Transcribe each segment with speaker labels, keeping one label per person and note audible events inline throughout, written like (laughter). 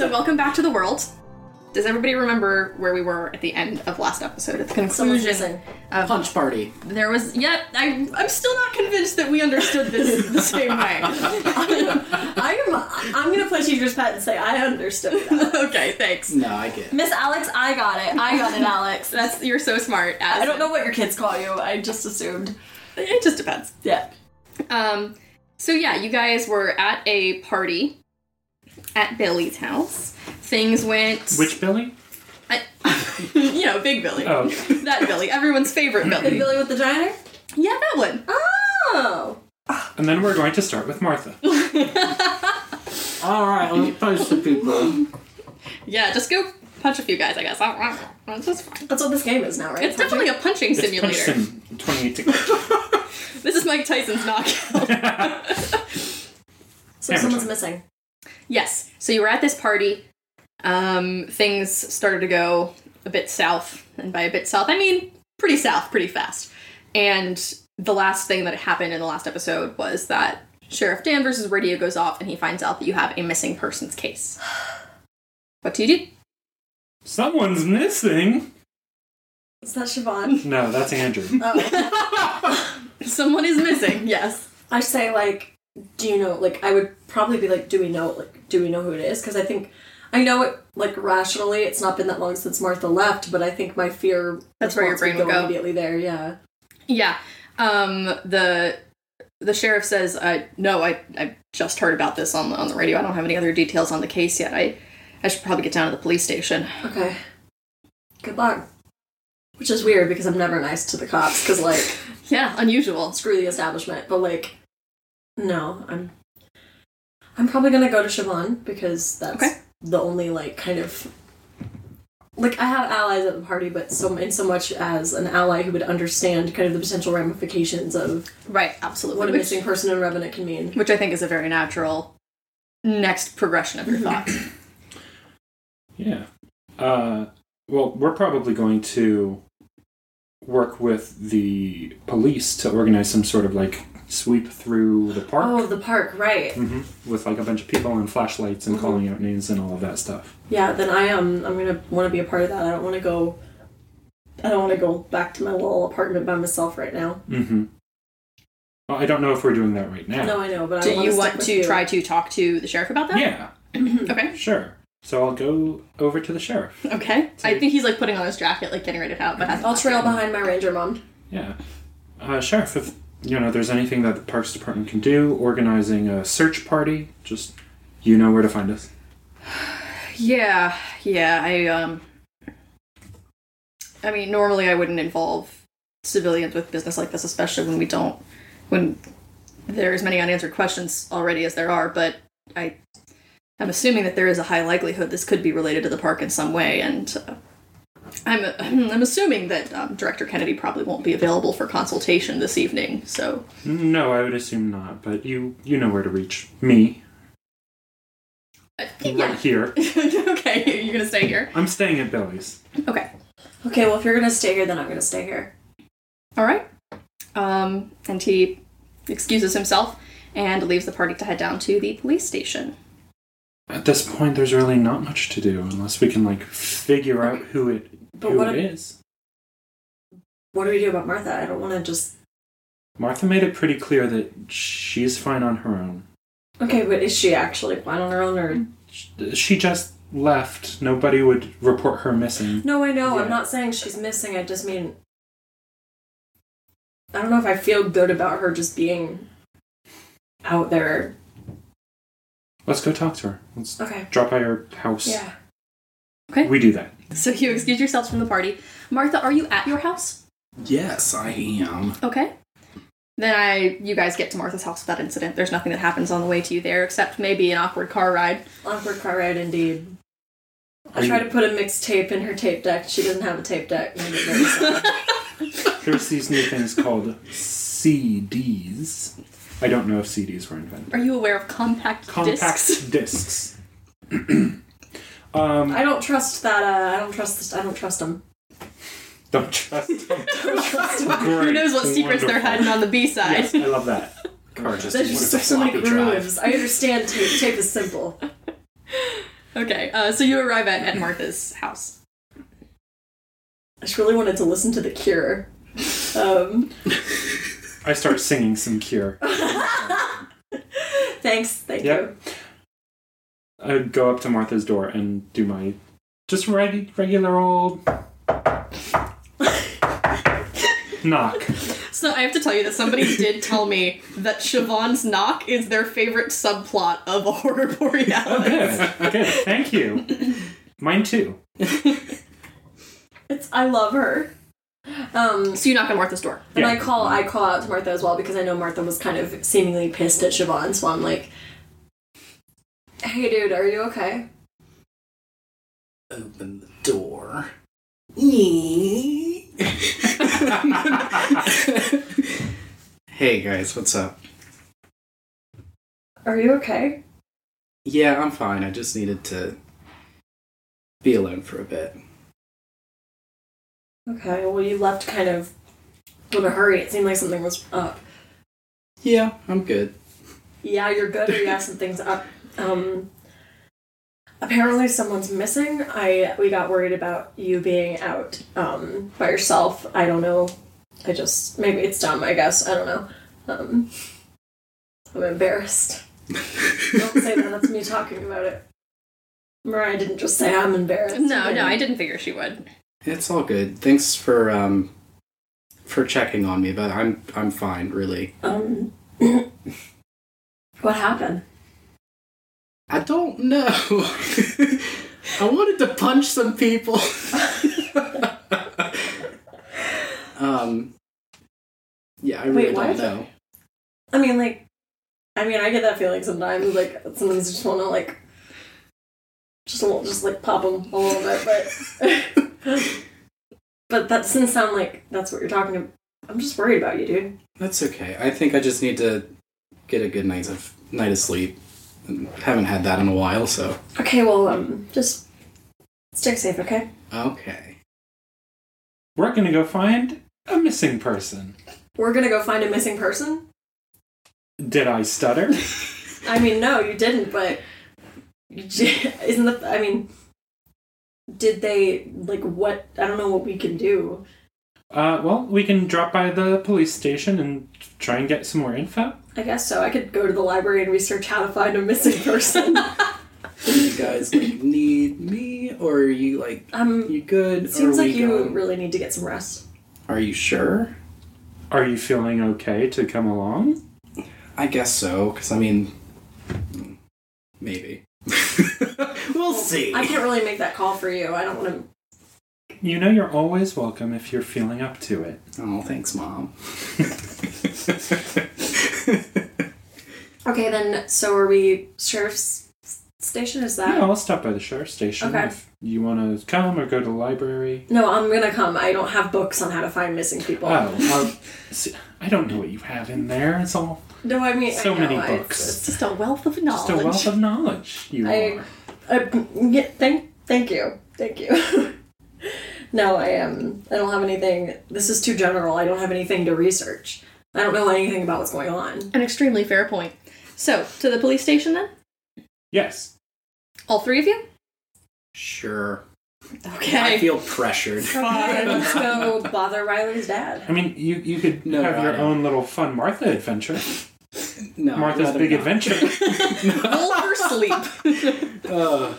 Speaker 1: welcome back to the world. Does everybody remember where we were at the end of last episode? At the
Speaker 2: Someone's
Speaker 1: conclusion,
Speaker 2: missing.
Speaker 3: Punch party.
Speaker 1: there was. Yep, I, I'm still not convinced that we understood (laughs) this the same way.
Speaker 2: I'm, I'm gonna play teacher's pet and say I understood that.
Speaker 1: okay, thanks.
Speaker 3: No, I get it.
Speaker 2: Miss Alex, I got it. I got it, Alex.
Speaker 1: That's you're so smart. Addison.
Speaker 2: I don't know what your kids call you. I just assumed.
Speaker 1: It just depends.
Speaker 2: Yeah.
Speaker 1: Um, so yeah, you guys were at a party at Billy's house. Things went
Speaker 4: Which Billy?
Speaker 1: I, (laughs) you know, big Billy.
Speaker 4: Oh,
Speaker 1: That Billy, everyone's favorite (laughs) Billy.
Speaker 2: Billy with the diner?
Speaker 1: Yeah, that one.
Speaker 2: Oh.
Speaker 4: and then we're going to start
Speaker 2: (laughs)
Speaker 4: with Martha.
Speaker 3: All right,
Speaker 5: (laughs)
Speaker 3: let's punch the people.
Speaker 1: Yeah, just go punch a few guys, I guess. I don't know. That's just fine.
Speaker 2: That's what this game is now, right?
Speaker 1: It's definitely a punching
Speaker 4: It's
Speaker 1: simulator.
Speaker 4: punched in 2018.
Speaker 1: This is Mike Tyson's knockout.
Speaker 2: So
Speaker 4: Hammer
Speaker 2: someone's
Speaker 4: time.
Speaker 2: missing.
Speaker 1: yes. So you were at this party. Um, things started to go a bit south, and by a bit south, I mean pretty south, pretty fast. And the last thing that happened in the last episode was that Sheriff Danvers' radio goes off, and he finds out that you have a missing persons case. What do you do? (laughs)
Speaker 4: Someone's missing.
Speaker 2: Is that Siobhan?
Speaker 4: No, that's Andrew.
Speaker 2: Oh.
Speaker 1: Someone is missing. Yes.
Speaker 2: I say like, do you know? Like, I would probably be like, do we know? Like, do we know who it is? Because I think I know it. Like rationally, it's not been that long since Martha left, but I think my fear
Speaker 1: That's where your
Speaker 2: response
Speaker 1: brain would go.
Speaker 2: immediately there. Yeah.
Speaker 1: Yeah. Um. The the sheriff says, "I no, I I just heard about this on the on the radio. I don't have any other details on the case yet. I I should probably get down to the police station."
Speaker 2: Okay. Good luck. Which is weird because I'm never nice to the cops because like
Speaker 1: Yeah, unusual.
Speaker 2: screw the establishment, but like no, I'm I'm probably gonna go to Siobhan because that's
Speaker 1: Okay.
Speaker 2: the only like kind of like I have allies at the party, but so in so much as an ally who would understand kind of the potential ramifications of
Speaker 1: Right. Absolutely.
Speaker 2: what a
Speaker 1: which,
Speaker 2: missing person in Revenant can mean.
Speaker 1: which I think is a very natural next progression of your
Speaker 2: Mm-hmm.
Speaker 1: thoughts.
Speaker 4: Yeah. Uh, well, we're probably going to work with the police to organize some sort of like sweep through the park
Speaker 2: Oh, the park, right?
Speaker 4: hmm with like a bunch of people and flashlights and
Speaker 2: Mhm.
Speaker 4: calling out names and all of that stuff.
Speaker 2: Yeah, then I am. I'm gonna want to be a part of that. I don't want to go. I don't want to go back to my little apartment by myself right now.
Speaker 4: Mm-hmm. Well, I don't know if we're doing that right now.
Speaker 2: No, I know, but I
Speaker 1: do
Speaker 2: wanna
Speaker 1: you
Speaker 2: stick
Speaker 1: want
Speaker 2: with
Speaker 1: to
Speaker 2: you. (clears throat)
Speaker 1: try to talk to the sheriff about that?
Speaker 4: Yeah,
Speaker 1: Okay.
Speaker 4: sure. So I'll go over to the sheriff.
Speaker 1: Okay.
Speaker 4: So-
Speaker 1: I think he's like putting on his jacket, like getting ready to out, but has
Speaker 2: I'll trail behind my ranger mom.
Speaker 4: Yeah. Uh, Sheriff, if you know there's anything that the Parks Department can do, organizing a search party, just you know where to find us.
Speaker 1: Yeah, yeah. I um, I mean, normally I wouldn't involve civilians with business like this, especially when we don't, when there are as many unanswered questions already as there are. But I, I'm assuming that there is a high likelihood this could be related to the park in some way, and uh, I'm I'm (clears throat) assuming that um, Director Kennedy probably won't be available for consultation this evening. So
Speaker 4: No, I would assume not, but you you know where to reach me
Speaker 1: Uh,
Speaker 4: right
Speaker 1: yeah. (laughs)
Speaker 4: here.
Speaker 1: okay, you're gonna stay here.
Speaker 4: I'm staying at Billy's.
Speaker 1: Okay.
Speaker 2: Okay, well, if you're gonna stay here, then I'm gonna stay here.
Speaker 1: All right. Um, and he excuses himself and leaves the party to head down to the police station.
Speaker 4: At this point, there's really not much to do unless we can like figure out who it
Speaker 2: But
Speaker 4: who
Speaker 2: what
Speaker 4: it
Speaker 2: if-
Speaker 4: is.
Speaker 2: What do we do about Martha? I don't want to just.
Speaker 4: Martha made it pretty clear that she's fine on her own.
Speaker 2: Okay, but is she actually fine on her own, or?
Speaker 4: She just left. Nobody would report her missing.
Speaker 2: No, I know.
Speaker 4: Yeah.
Speaker 2: I'm not saying she's missing. I just mean. I don't know if I feel good about her just being out there.
Speaker 4: Let's go talk to her. Let's
Speaker 2: Okay.
Speaker 4: drop by her house.
Speaker 2: Yeah.
Speaker 1: Okay.
Speaker 4: We do that.
Speaker 1: So you excuse yourselves from the party. Martha, are you at your house?
Speaker 3: Yes, I am.
Speaker 1: Okay. Then I, you guys get to Martha's house without incident. There's nothing that happens on the way to you there, except maybe an awkward car ride.
Speaker 2: Awkward car ride indeed.
Speaker 4: Are
Speaker 2: I try
Speaker 4: you-
Speaker 2: to put a mixtape in her tape deck. She doesn't have a tape deck. and I get very sad.
Speaker 4: (laughs) There's these new things called CDs. I don't know if CDs were invented.
Speaker 1: Are you aware of compact,
Speaker 4: Compact
Speaker 1: discs?
Speaker 4: discs. (clears throat) um,
Speaker 2: I don't trust that. Uh, I don't trust. This, I don't trust them.
Speaker 4: don't
Speaker 1: (laughs)
Speaker 4: trust them.
Speaker 1: Who knows what secrets they're hiding on the B side?
Speaker 4: (laughs) Yes, I love that.
Speaker 3: Car just
Speaker 2: There's
Speaker 3: what
Speaker 2: just
Speaker 3: if a
Speaker 2: so many
Speaker 3: floppy drive?
Speaker 2: grooves. I understand tape, tape is simple.
Speaker 1: Okay, uh, so you arrive at, at Martha's house.
Speaker 2: I just really wanted to listen to The Cure. Um, (laughs)
Speaker 5: (laughs)
Speaker 4: I start singing some Cure.
Speaker 2: thanks, thank
Speaker 4: Yep. I go up to Martha's door and do my just reg-
Speaker 1: (laughs)
Speaker 4: regular old knock.
Speaker 1: So I have to tell you that (laughs) somebody did tell me that Siobhan's knock is their favorite subplot of a horror (laughs)
Speaker 4: Oh,
Speaker 1: borealis.
Speaker 4: good. Good. Thank you. Mine too.
Speaker 2: you. It's I love her. Um,
Speaker 1: So you knock on Martha's door.
Speaker 2: And
Speaker 4: Yeah.
Speaker 2: I call I call out to Martha as well because I know Martha was kind of seemingly pissed at Siobhan, so I'm like, Hey dude, are you okay?
Speaker 5: Open the door. (laughs) hey guys, what's up?
Speaker 2: Are you okay?
Speaker 5: Yeah, I'm fine. I just needed to be alone for a bit.
Speaker 2: Okay, well you left kind of in a hurry. It seemed like something was up.
Speaker 5: Yeah, I'm good.
Speaker 2: Yeah, you're good
Speaker 1: (laughs)
Speaker 2: or yeah, something's up. Um apparently someone's missing. I we got worried about you being out um by yourself. I don't know. I just maybe it's dumb, I guess. I don't know. Um I'm embarrassed. Don't say that. That's me talking about it. Mariah didn't just say I'm embarrassed.
Speaker 1: No, no, I didn't figure she would.
Speaker 5: (laughs) It's all good. Thanks for um for checking on me, but I'm I'm fine, really.
Speaker 2: Um, (clears throat) what happened?
Speaker 5: I don't know. (laughs) I wanted to punch
Speaker 2: (laughs)
Speaker 5: some people. um Yeah, I really
Speaker 2: Wait, what?
Speaker 5: don't know.
Speaker 2: I mean, like, I mean, I get that feeling sometimes. Like, sometimes I just want to like, just a little, just like pop them a little bit, but. But that doesn't sound like that's what you're talking about. I'm just worried about you, dude.
Speaker 5: (laughs) That's okay. I think I just need to get a good night of night of sleep. And Haven't had that in a while, so
Speaker 2: Okay, well, um, just stick safe, okay? (laughs)
Speaker 5: okay.
Speaker 4: We're gonna go find a missing person.
Speaker 2: We're gonna go find a missing person.
Speaker 4: Did I stutter?
Speaker 2: I mean, no, you didn't, but you (laughs) j- isn't that? I mean, did they like what? I don't know what we can do.
Speaker 4: Uh, well, we can drop by the police station and try and get some more info.
Speaker 2: I guess so. I could go to the library and research how to find a missing (laughs) person.
Speaker 5: Do you guys like need me or are you like
Speaker 2: um,
Speaker 5: you good? Or
Speaker 2: it seems
Speaker 5: are we
Speaker 2: like you
Speaker 5: going-
Speaker 2: really need to get some rest.
Speaker 5: Are you sure?
Speaker 4: Are you feeling okay to come along?
Speaker 5: I guess so, because I mean,
Speaker 3: (laughs)
Speaker 5: maybe. we'll see.
Speaker 2: I can't really make that call for you. I don't want
Speaker 4: You know you're always welcome if you're feeling up to it.
Speaker 5: Oh,
Speaker 3: (laughs)
Speaker 5: thanks, mom.
Speaker 2: to. Okay, then. So are we sheriff's s- station? Is that?
Speaker 4: Yeah, I'll stop by the sheriff's station
Speaker 2: Okay.
Speaker 4: if you want to come or go to the library.
Speaker 2: No, I'm gonna come. I don't have books on how to find missing people.
Speaker 4: Oh, well, (laughs) see, I don't know what you have in there. It's all
Speaker 2: no, I mean,
Speaker 4: so
Speaker 2: I know,
Speaker 4: many
Speaker 2: I-
Speaker 4: books.
Speaker 1: It's just a wealth of knowledge.
Speaker 4: just a wealth of knowledge. You
Speaker 2: I-
Speaker 4: are.
Speaker 2: Uh, yeah, thank, thank you, thank you. (laughs) no, I Um, I don't have anything. This is too general. I don't have anything to research. I don't know anything about what's going on.
Speaker 1: An extremely fair point. So, to the police station then?
Speaker 4: Yes.
Speaker 1: All three of you?
Speaker 5: sure. I
Speaker 1: Okay.
Speaker 5: feel pressured.
Speaker 2: Okay, let's
Speaker 3: (laughs)
Speaker 2: go bother Riley's dad.
Speaker 4: I mean, you you could
Speaker 5: No,
Speaker 4: have
Speaker 5: no,
Speaker 4: your
Speaker 5: I don't.
Speaker 4: own little fun Martha adventure.
Speaker 2: Oh,
Speaker 5: No,
Speaker 4: Martha's
Speaker 5: rather
Speaker 4: big
Speaker 5: not.
Speaker 4: adventure.
Speaker 5: (laughs)
Speaker 1: Roll for (laughs) sleep.
Speaker 5: Uh,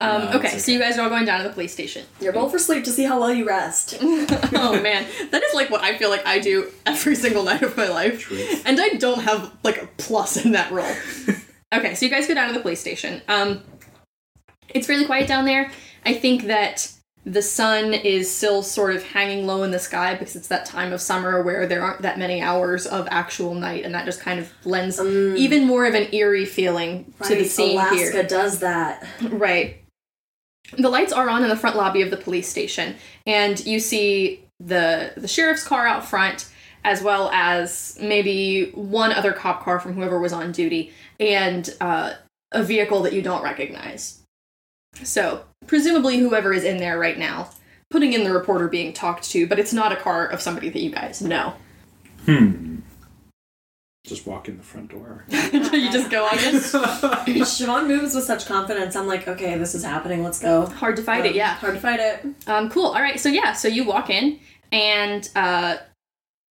Speaker 1: Um,
Speaker 5: No, it's
Speaker 1: okay, so you guys are all going down to the police station.
Speaker 2: Your goal for sleep to see how well you rest.
Speaker 1: (laughs) oh man, that is like what I feel like I do every single night of my life. And I don't have like a plus in that
Speaker 2: (laughs)
Speaker 1: role. okay, so you guys go down to the police station. Um it's really quiet down there. I think that the sun is still sort of hanging low in the sky because it's that time of summer where there aren't that many hours of actual night and that just kind of lends even more of an eerie feeling to the
Speaker 2: Mm. Right,
Speaker 1: scene
Speaker 2: Alaska
Speaker 1: here.
Speaker 2: does that.
Speaker 1: Right. The lights are on in the front lobby of the police station, and you see the the sheriff's car out front, as well as maybe one other cop car from whoever was on duty, and uh, a vehicle that you don't recognize. So presumably, whoever is in there right now, putting in the reporter being talked to, but it's not a car of somebody that you guys know.
Speaker 4: hmm. Just walk in the front door.
Speaker 1: (laughs) you just go on it.
Speaker 2: (laughs) Siobhan moves with such confidence. I'm like, okay, this is happening. Let's go.
Speaker 1: Hard to fight it,
Speaker 2: Um,
Speaker 1: yeah.
Speaker 2: Hard to fight it.
Speaker 1: Um, cool. All right. So yeah. So you walk in, and uh,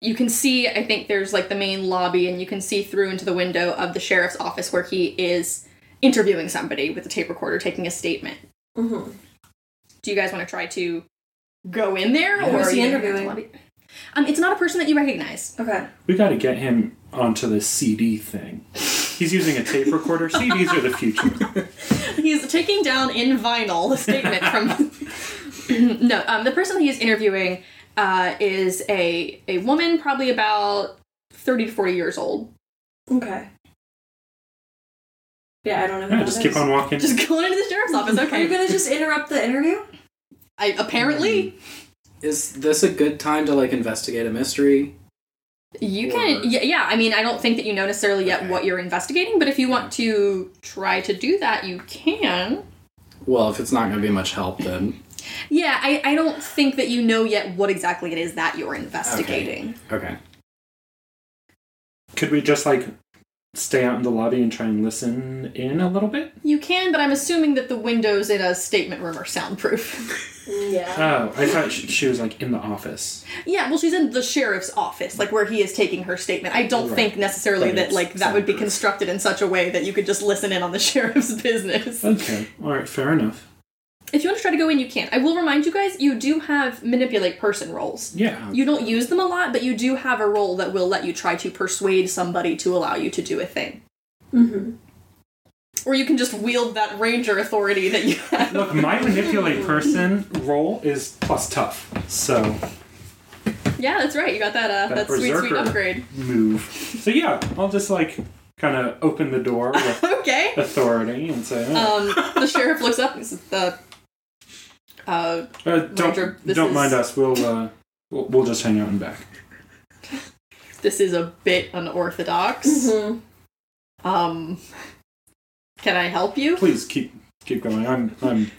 Speaker 1: you can see. I think there's like the main lobby, and you can see through into the window of the sheriff's office where he is interviewing somebody with a tape recorder, taking a statement.
Speaker 2: hmm
Speaker 1: Do you guys want to try to go in there,
Speaker 4: Yeah.
Speaker 1: or
Speaker 2: Who's
Speaker 1: are
Speaker 2: he
Speaker 1: you gonna go
Speaker 2: interviewing?
Speaker 1: to the lobby? Um, it's not a person that you recognize. (laughs)
Speaker 2: Okay.
Speaker 4: We got to get him onto this CD thing. He's using a tape recorder. CDs are the future.
Speaker 1: He's taking down in vinyl a statement from. (laughs) no, um, the person he is interviewing uh, is a a woman, probably about thirty to forty years old.
Speaker 2: Okay. Yeah, I don't know. Who
Speaker 4: Yeah,
Speaker 2: that
Speaker 4: just keep
Speaker 2: is.
Speaker 4: on (laughs) walking.
Speaker 1: Just going into the sheriff's office.
Speaker 2: Are you
Speaker 1: Okay.
Speaker 2: gonna just interrupt the interview?
Speaker 1: I apparently
Speaker 3: Is this a good time to like investigate a mystery?
Speaker 1: you
Speaker 3: Or-
Speaker 1: can. Yeah, yeah. I mean, I don't think that you know necessarily yet
Speaker 3: Okay.
Speaker 1: what you're investigating, but if you want to try to do that, you can.
Speaker 3: Well, if it's not going to be much help, then
Speaker 1: Yeah, I, I don't think that you know yet what exactly it is that you're investigating.
Speaker 3: okay.
Speaker 4: Could we just like stay out in the lobby and try and listen in a little bit?
Speaker 1: You can, but I'm assuming that the windows in a statement room are soundproof.
Speaker 2: (laughs) Yeah.
Speaker 4: Oh, I thought she, she was like in the office.
Speaker 1: yeah, well, she's in the sheriff's office, like where he is taking her statement. I don't
Speaker 4: Right.
Speaker 1: think necessarily
Speaker 4: But
Speaker 1: that
Speaker 4: it's
Speaker 1: like that would be
Speaker 4: soundproof.
Speaker 1: constructed in such a way that you could just listen in on the (laughs) sheriff's business.
Speaker 4: Okay. All right. Fair enough.
Speaker 1: If you want to try to go in, you can. I will remind you guys, you do have manipulate person roles.
Speaker 4: Yeah.
Speaker 1: You don't use them a lot, but you do have a role that will let you try to persuade somebody to allow you to do a thing.
Speaker 2: Mm-hmm.
Speaker 1: Or you can just wield that ranger authority that you
Speaker 4: (laughs)
Speaker 1: have.
Speaker 4: Look, my manipulate person role is plus tough, so
Speaker 1: yeah, that's right. You got that uh, that,
Speaker 4: That
Speaker 1: sweet, sweet
Speaker 4: berserker.
Speaker 1: upgrade. (laughs)
Speaker 4: move. So yeah, I'll just like kind of open the door with
Speaker 1: Okay.
Speaker 4: authority and say, oh,
Speaker 1: Um, the sheriff looks up. This is the. Uh,
Speaker 4: uh, "Don't
Speaker 1: Roger, this
Speaker 4: don't
Speaker 1: is-
Speaker 4: mind us. We'll, uh, we'll we'll just hang out in back."
Speaker 1: this is a bit unorthodox.
Speaker 2: Mm-hmm.
Speaker 1: Um, can I help you?
Speaker 4: Please keep keep going. I'm I'm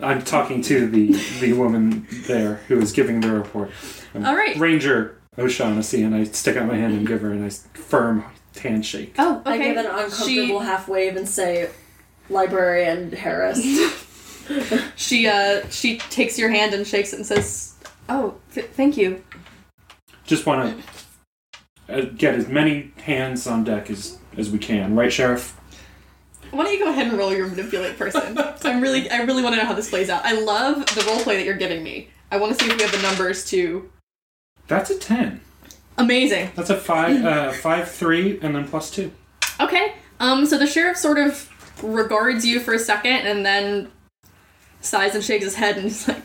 Speaker 4: I'm talking to the the woman there who is giving the report. I'm
Speaker 1: All right.
Speaker 4: Ranger O'Shaughnessy, and I stick out my hand and give her a nice firm handshake.
Speaker 1: Oh,
Speaker 2: I
Speaker 1: okay.
Speaker 2: give an uncomfortable
Speaker 1: She-
Speaker 2: half wave and say, "Librarian Harris."
Speaker 1: (laughs) She uh she takes your hand and shakes it and says, "Oh, th- thank you."
Speaker 4: Just want to get as many hands on deck as as we can, right, Sheriff?
Speaker 1: Why don't you go ahead and roll your manipulate person? (laughs) I'm really I really want to know how this plays out. I love the roleplay that you're giving me. I want to see if we have the numbers to
Speaker 4: That's a ten.
Speaker 1: amazing.
Speaker 4: That's a five, uh, five, three, and then plus two.
Speaker 1: Okay. Um so the sheriff sort of regards you for a second and then sighs and shakes his head and he's like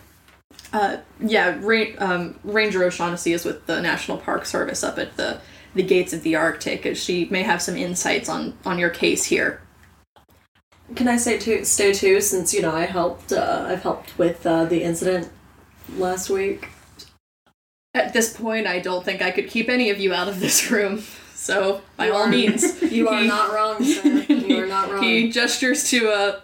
Speaker 1: uh yeah, Ra- um, Ranger O'Shaughnessy is with the National Park Service up at the the gates of the Arctic. and She may have some insights on on your case here.
Speaker 2: Can I say too? Stay too, since you know I helped. Uh, I've helped with uh, the incident last week.
Speaker 1: At this point, I don't think I could keep any of you out of this room. (laughs) So, by
Speaker 2: You
Speaker 1: all
Speaker 2: are-
Speaker 1: means,
Speaker 2: (laughs) You are
Speaker 1: He- (laughs)
Speaker 2: not wrong, sir. You are not wrong.
Speaker 1: he gestures to a.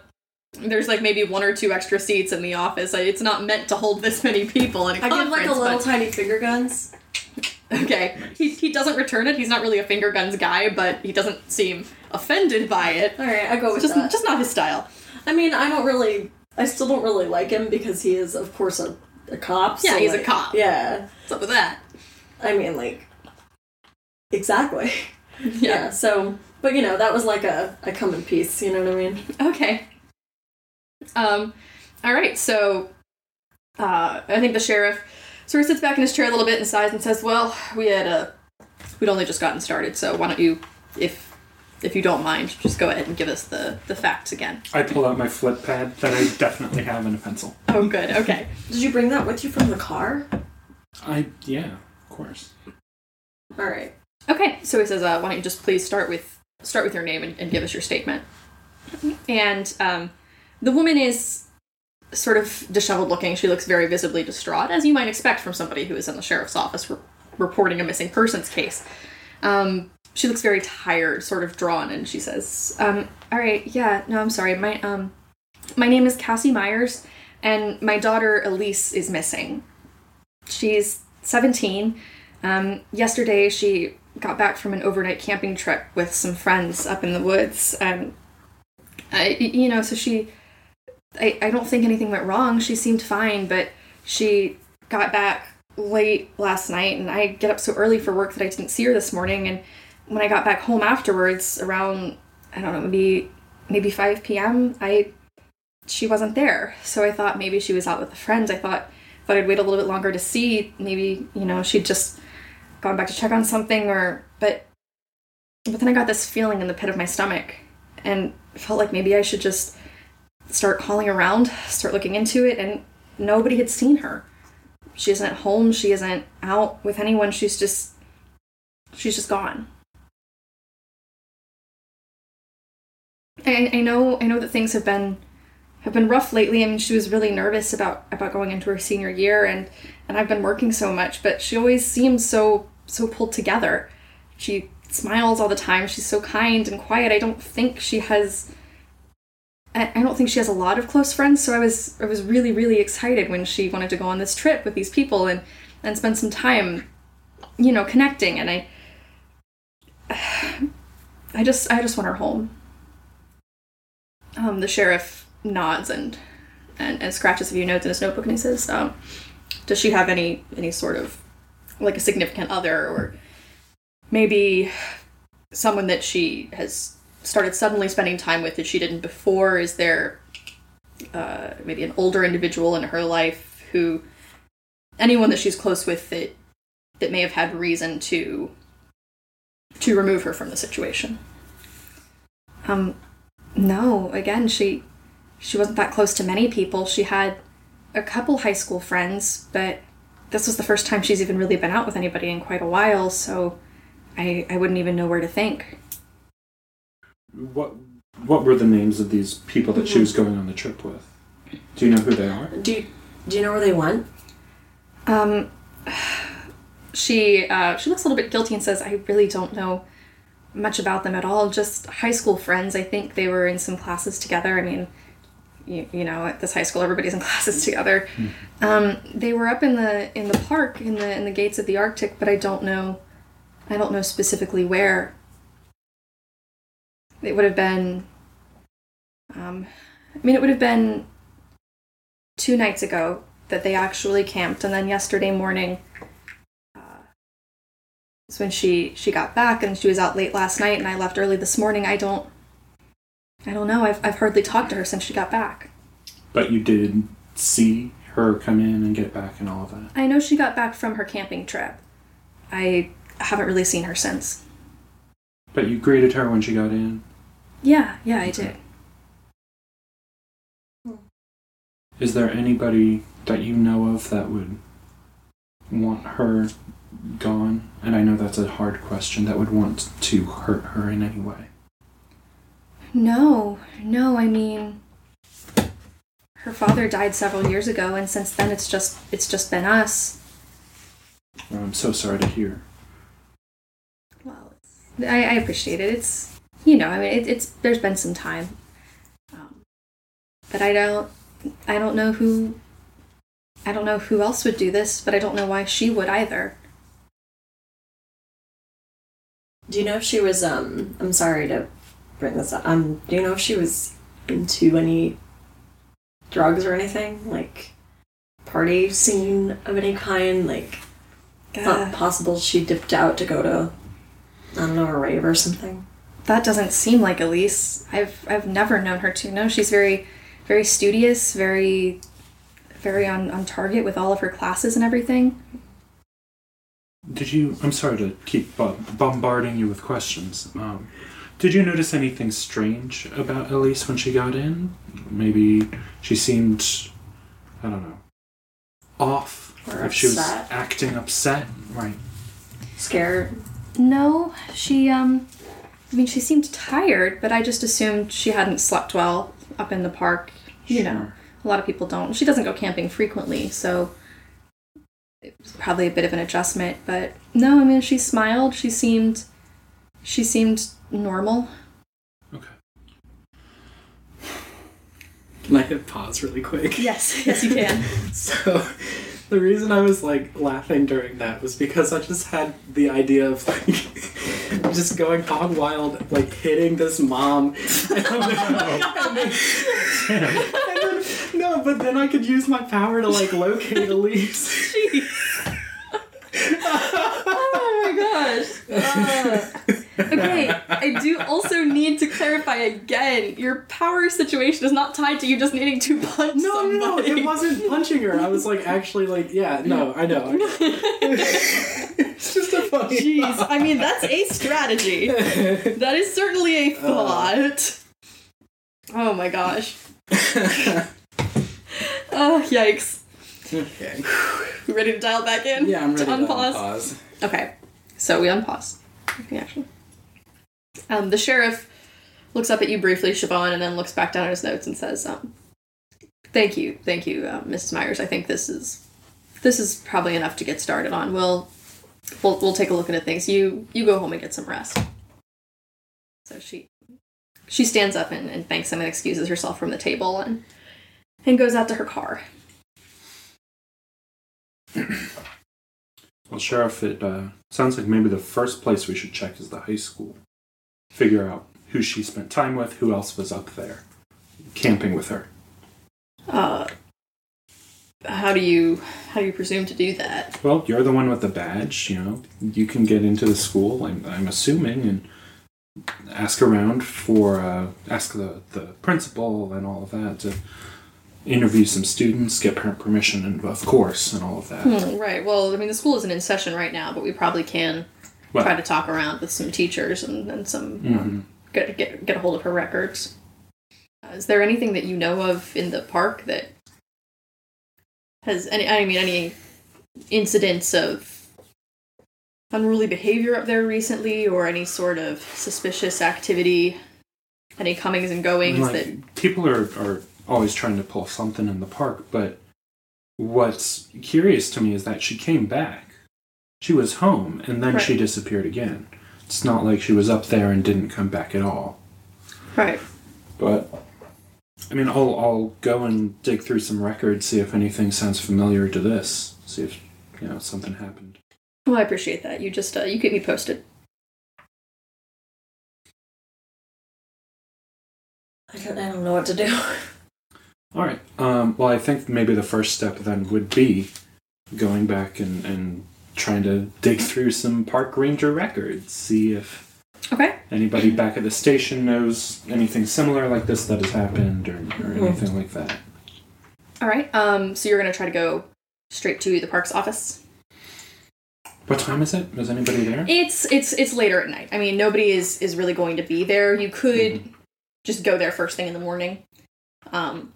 Speaker 1: There's like maybe one or two extra seats in the office. Like, It's not meant to hold this many people in a
Speaker 2: I give
Speaker 1: conference.
Speaker 2: like a little
Speaker 1: but-
Speaker 2: tiny finger guns.
Speaker 1: (laughs) okay, he, he doesn't return it. He's not really a finger guns guy, but he doesn't seem offended by it.
Speaker 2: All right, I go with
Speaker 1: Just
Speaker 2: that.
Speaker 1: just not his style.
Speaker 2: I mean, I don't really. I still don't really like him because he is, of course, a, a cop. so,
Speaker 1: Yeah, he's a
Speaker 2: like,
Speaker 1: cop.
Speaker 2: Yeah,
Speaker 1: What's up with that?
Speaker 2: I mean, like, exactly.
Speaker 1: Yeah.
Speaker 2: (laughs) yeah so, but you know, that was like a a come in peace. You know what I mean?
Speaker 1: Okay. Um, all right. So, uh, I think the sheriff sort of sits back in his chair a little bit and sighs and says, "Well, we had a, we'd only just gotten started. So why don't you, if, if you don't mind, just go ahead and give us the the facts again."
Speaker 4: I pull out my flip pad that I definitely have and a pencil.
Speaker 1: Oh, good. Okay.
Speaker 2: Did you bring that with you from the car?
Speaker 4: I yeah, of course.
Speaker 2: All right.
Speaker 1: Okay, so he says, uh, "Why don't you just please start with start with your name and, and give us your statement?" And um, the woman is sort of disheveled looking. She looks very visibly distraught, as you might expect from somebody who is in the sheriff's office re- reporting a missing persons case. Um, she looks very tired, sort of drawn, and she says, um, "All right, yeah, no, I'm sorry. My um, my name is Cassie Myers, and my daughter Elise is missing. She's 17." Um, yesterday, she got back from an overnight camping trip with some friends up in the woods, and I, y- you know, so she, I, I don't think anything went wrong. She seemed fine, but she got back late last night, and I get up so early for work that I didn't see her this morning. And when I got back home afterwards, around I don't know, maybe maybe five p.m., I she wasn't there. So I thought maybe she was out with a friend. I thought thought I'd wait a little bit longer to see. Maybe you know she'd just gone back to check on something or but but then I got this feeling in the pit of my stomach and felt like maybe I should just start calling around, start looking into it, and nobody had seen her. She isn't at home. She isn't out with anyone. She's just she's just gone. I, I know I know that things have been have been rough lately. I mean, she was really nervous about about going into her senior year, and and I've been working so much, but she always seems so so pulled together. She smiles all the time. She's so kind and quiet. I don't think she has. I I don't think she has a lot of close friends, so I was I was really really excited when she wanted to go on this trip with these people and and spend some time, you know, connecting. And I, (sighs) I just I just want her home. Um, the sheriff nods and, and and scratches a few notes in his notebook and he says, um, "Does she have any any sort of like a significant other or maybe someone that she has started suddenly spending time with that she didn't before? Is there uh, maybe an older individual in her life who anyone that she's close with that that may have had reason to to remove her from the situation?" Um, no, again, she she wasn't that close to many people. She had a couple high school friends, but this was the first time she's even really been out with anybody in quite a while, so I I wouldn't even know where to think.
Speaker 4: What What were the names of these people that she was going on the trip with? Do you know who they are?
Speaker 2: Do you, do you know where they went?
Speaker 1: Um she uh, she looks a little bit guilty and says, "I really don't know much about them at all. Just high school friends. I think they were in some classes together. I mean, you, you know, at this high school, everybody's in (laughs) classes together. Um, they were up in the in the park in the in the gates of the Arctic, but I don't know, I don't know specifically where. It would have been, um, I mean, it would have been two nights ago that they actually camped, and then yesterday morning uh, is when she she got back and she was out late last night and I left early this morning. I don't I don't know. I've I've hardly talked to her since she got back.
Speaker 4: But you did see her come in and get back and all of that.
Speaker 1: I know she got back from her camping trip. I haven't really seen her since.
Speaker 4: But you greeted her when she got in.
Speaker 1: Yeah, yeah, I did.
Speaker 4: Is there anybody that you know of that would want her gone? And I know that's a hard question. That would want to hurt her in any way.
Speaker 1: No, no, I mean her father died several years ago and since then it's just it's just been us.
Speaker 4: Well, I'm so sorry to hear.
Speaker 1: Well, it's- I, I appreciate it. It's you know, I mean, it, it's there's been some time, um, but I don't, I don't know who, I don't know who else would do this, but I don't know why she would either.
Speaker 2: Do you know if she was? Um, I'm sorry to bring this up. Um, do you know if she was into any drugs or anything like party scene of any kind? Like not
Speaker 1: Uh,
Speaker 2: possible she dipped out to go to I don't know a rave or something.
Speaker 1: that doesn't seem like Elise. I've I've never known her to. No, she's very, very studious, very, very on on target with all of her classes and everything.
Speaker 4: Did you? I'm sorry to keep bu- bombarding you with questions. Um, did you notice anything strange about Elise when she got in? Maybe she seemed, I don't know, off.
Speaker 2: Or
Speaker 4: if she was
Speaker 2: upset.
Speaker 4: acting upset, right?
Speaker 2: Scared.
Speaker 1: No, she um I mean she seemed tired, but I just assumed she hadn't slept well up in the park. You know, a lot of people don't. She doesn't go camping frequently, so it was probably a bit of an adjustment, but no, I mean she smiled, she seemed she seemed normal.
Speaker 4: Okay.
Speaker 3: Can I hit pause really quick?
Speaker 1: Yes, yes you can.
Speaker 3: So, The reason I was like laughing during that was because I just had the idea of like (laughs) just going hog wild, like hitting this mom. (laughs) And I'm like- and then- (laughs) and then- no, but then I could use my power to like locate
Speaker 2: (laughs)
Speaker 3: Elise.
Speaker 1: Oh my gosh. Uh, okay, I do also need to clarify again. Your power situation is not tied to you just needing to punch
Speaker 3: No, no, no,
Speaker 1: somebody.
Speaker 3: it wasn't punching her. I was like actually like yeah, no, I
Speaker 2: (laughs)
Speaker 3: know. it's just a funny. (laughs)
Speaker 1: Jeez, I mean that's a strategy. That is certainly a
Speaker 3: Uh.
Speaker 1: thought. oh my
Speaker 3: (laughs)
Speaker 1: gosh. Oh yikes.
Speaker 3: okay.
Speaker 1: You ready to dial back in?
Speaker 3: Yeah, I'm ready
Speaker 1: to unpause.
Speaker 3: to unpause.
Speaker 1: Okay, so we unpause. Okay, action. Um, the sheriff looks up at you briefly, Siobhan, and then looks back down at his notes and says, um, "Thank you, thank you, uh, Mrs. Myers. I think this is this is probably enough to get started on. We'll we'll we'll take a look into things. You you go home and get some rest." So she she stands up and, and thanks him and excuses herself from the table and and goes out to her car.
Speaker 4: Well, Sheriff, it uh, sounds like maybe the first place we should check is the high school. Figure out who she spent time with, who else was up there camping with her.
Speaker 1: Uh, how do you how do you presume to do that?
Speaker 4: Well, you're the one with the badge, you know. You can get into the school, I'm, I'm assuming, and ask around for, uh, ask the, the principal and all of that to interview some students, get parent permission, and of course, and all of that.
Speaker 1: Hmm, right. Well, I mean, the school isn't in session right now, but we probably can
Speaker 4: Well-
Speaker 1: try to talk around with some teachers and, and some
Speaker 4: Mhm.
Speaker 1: get get get a hold of her records. Uh, is there anything that you know of in the park that has any? I mean, any incidents of unruly behavior up there recently, or any sort of suspicious activity? Any comings and goings
Speaker 4: like,
Speaker 1: that
Speaker 4: people are, are always trying to pull something in the park but what's curious to me is that she came back she was home and then she
Speaker 1: Right.
Speaker 4: disappeared again it's not like she was up there and didn't come back at all
Speaker 1: right?
Speaker 4: but i mean i'll, I'll go and dig through some records see if anything sounds familiar to this see if you know something happened
Speaker 1: Well, I appreciate that. You just uh, you keep me posted.
Speaker 2: I don't, I don't know what to do. (laughs)
Speaker 4: all right um, well i think maybe the first step then would be going back and, and trying to dig through some park ranger records see if
Speaker 1: Okay.
Speaker 4: anybody back at the station knows anything similar like this that has happened or, or anything like that.
Speaker 1: All right. Um. So you're gonna try to go straight to the parks office.
Speaker 4: What time is it? Is anybody there?
Speaker 1: It's it's it's later at night. I mean, nobody is is really going to be there. You could just go there first thing in the morning. Um,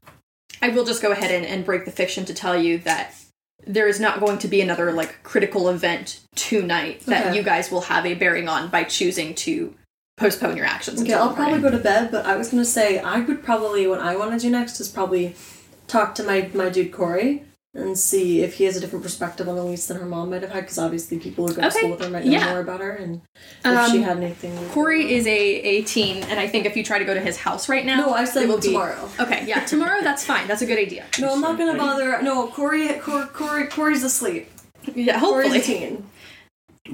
Speaker 1: I will just go ahead and, and break the fiction to tell you that there is not going to be another like critical event tonight that
Speaker 2: Okay.
Speaker 1: you guys will have a bearing on by choosing to postpone your actions.
Speaker 2: Okay,
Speaker 1: until
Speaker 2: I'll
Speaker 1: the
Speaker 2: probably
Speaker 1: morning.
Speaker 2: go to bed, but I was gonna say I would probably what I want to do next is probably talk to my my dude Corey and see if he has a different perspective on Elise than her mom might have had, because obviously people who go to
Speaker 1: Okay,
Speaker 2: school with her might know
Speaker 1: yeah.
Speaker 2: more about her, and if
Speaker 1: Um,
Speaker 2: she had anything.
Speaker 1: Corey is a a teen, and I think if you try to go to his house right now,
Speaker 2: No, I
Speaker 1: it
Speaker 2: said
Speaker 1: will be-
Speaker 2: tomorrow.
Speaker 1: Okay, yeah, tomorrow. that's fine. That's a good idea.
Speaker 2: No, I'm not gonna bother. No, Corey, Cor, Corey, Corey's asleep.
Speaker 1: Yeah,
Speaker 2: Corey's a
Speaker 1: hopefully.
Speaker 2: teen.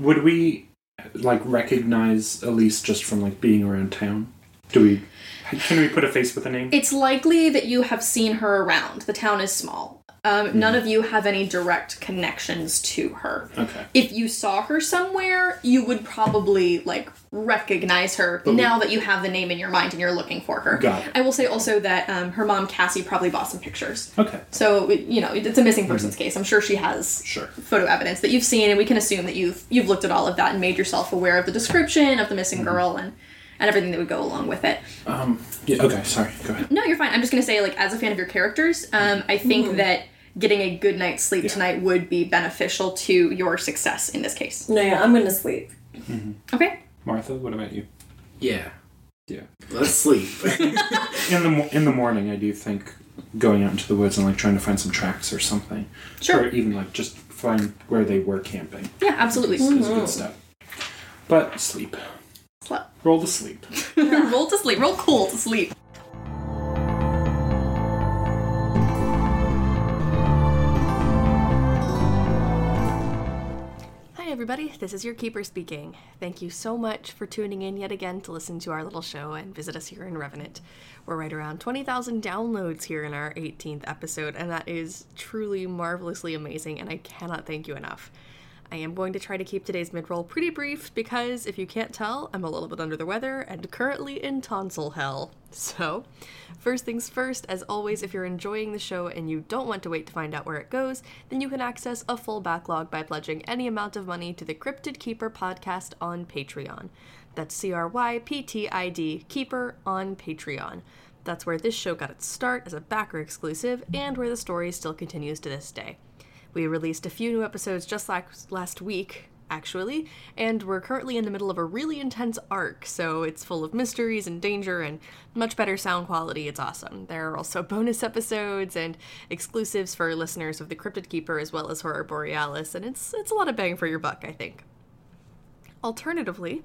Speaker 4: Would we like recognize Elise just from like being around town? Do we? Can we put a face with a name?
Speaker 1: It's likely that you have seen her around. The town is small. Um,
Speaker 4: Hmm.
Speaker 1: None of you have any direct connections to her.
Speaker 4: Okay.
Speaker 1: If you saw her somewhere, you would probably like recognize her now that you have the name in your mind and you're looking for her.
Speaker 4: Got it.
Speaker 1: I will say also that um, her mom Cassie probably bought some pictures,
Speaker 4: Okay. Hmm.
Speaker 1: so you know it's a missing persons case. I'm sure she has
Speaker 4: Sure.
Speaker 1: photo evidence that you've seen, and we can assume that you've you've looked at all of that and made yourself aware of the description of the missing
Speaker 4: Hmm.
Speaker 1: girl and and everything that would go along with it.
Speaker 4: Um. Yeah. Okay. Sorry. Go ahead.
Speaker 1: No, you're fine. I'm just gonna say, like, as a fan of your characters, um, I think that getting a good night's sleep
Speaker 4: Yeah.
Speaker 1: tonight would be beneficial to your success in this case.
Speaker 2: No, yeah, I'm gonna sleep.
Speaker 1: Okay.
Speaker 4: Martha, what about you?
Speaker 3: Yeah.
Speaker 4: Yeah.
Speaker 3: Let's sleep.
Speaker 4: In the mo- in the morning, I do think going out into the woods and like trying to find some tracks or something,
Speaker 1: Sure.
Speaker 4: or even like just find where they were camping
Speaker 1: Yeah, absolutely. Mm-hmm.
Speaker 4: is a good step. But sleep.
Speaker 1: Slept.
Speaker 4: Roll to sleep.
Speaker 1: (laughs) roll to sleep. Roll cool to sleep.
Speaker 6: everybody, this is your keeper speaking. Thank you so much for tuning in yet again to listen to our little show and visit us here in Revenant. We're right around 20,000 downloads here in our 18th episode, and that is truly marvelously amazing, and I cannot thank you enough. I am going to try to keep today's mid roll pretty brief because if you can't tell, I'm a little bit under the weather and currently in tonsil hell. So, first things first, as always, if you're enjoying the show and you don't want to wait to find out where it goes, then you can access a full backlog by pledging any amount of money to the Cryptid Keeper podcast on Patreon. That's C R Y P T I D, Keeper on Patreon. That's where this show got its start as a backer exclusive and where the story still continues to this day. We released a few new episodes just last, last week, actually, and we're currently in the middle of a really intense arc, so it's full of mysteries and danger and much better sound quality. It's awesome. There are also (laughs) bonus episodes and exclusives for listeners of The Cryptid Keeper as well as Horror Borealis, and it's it's a lot of bang for your buck, I think. Alternatively,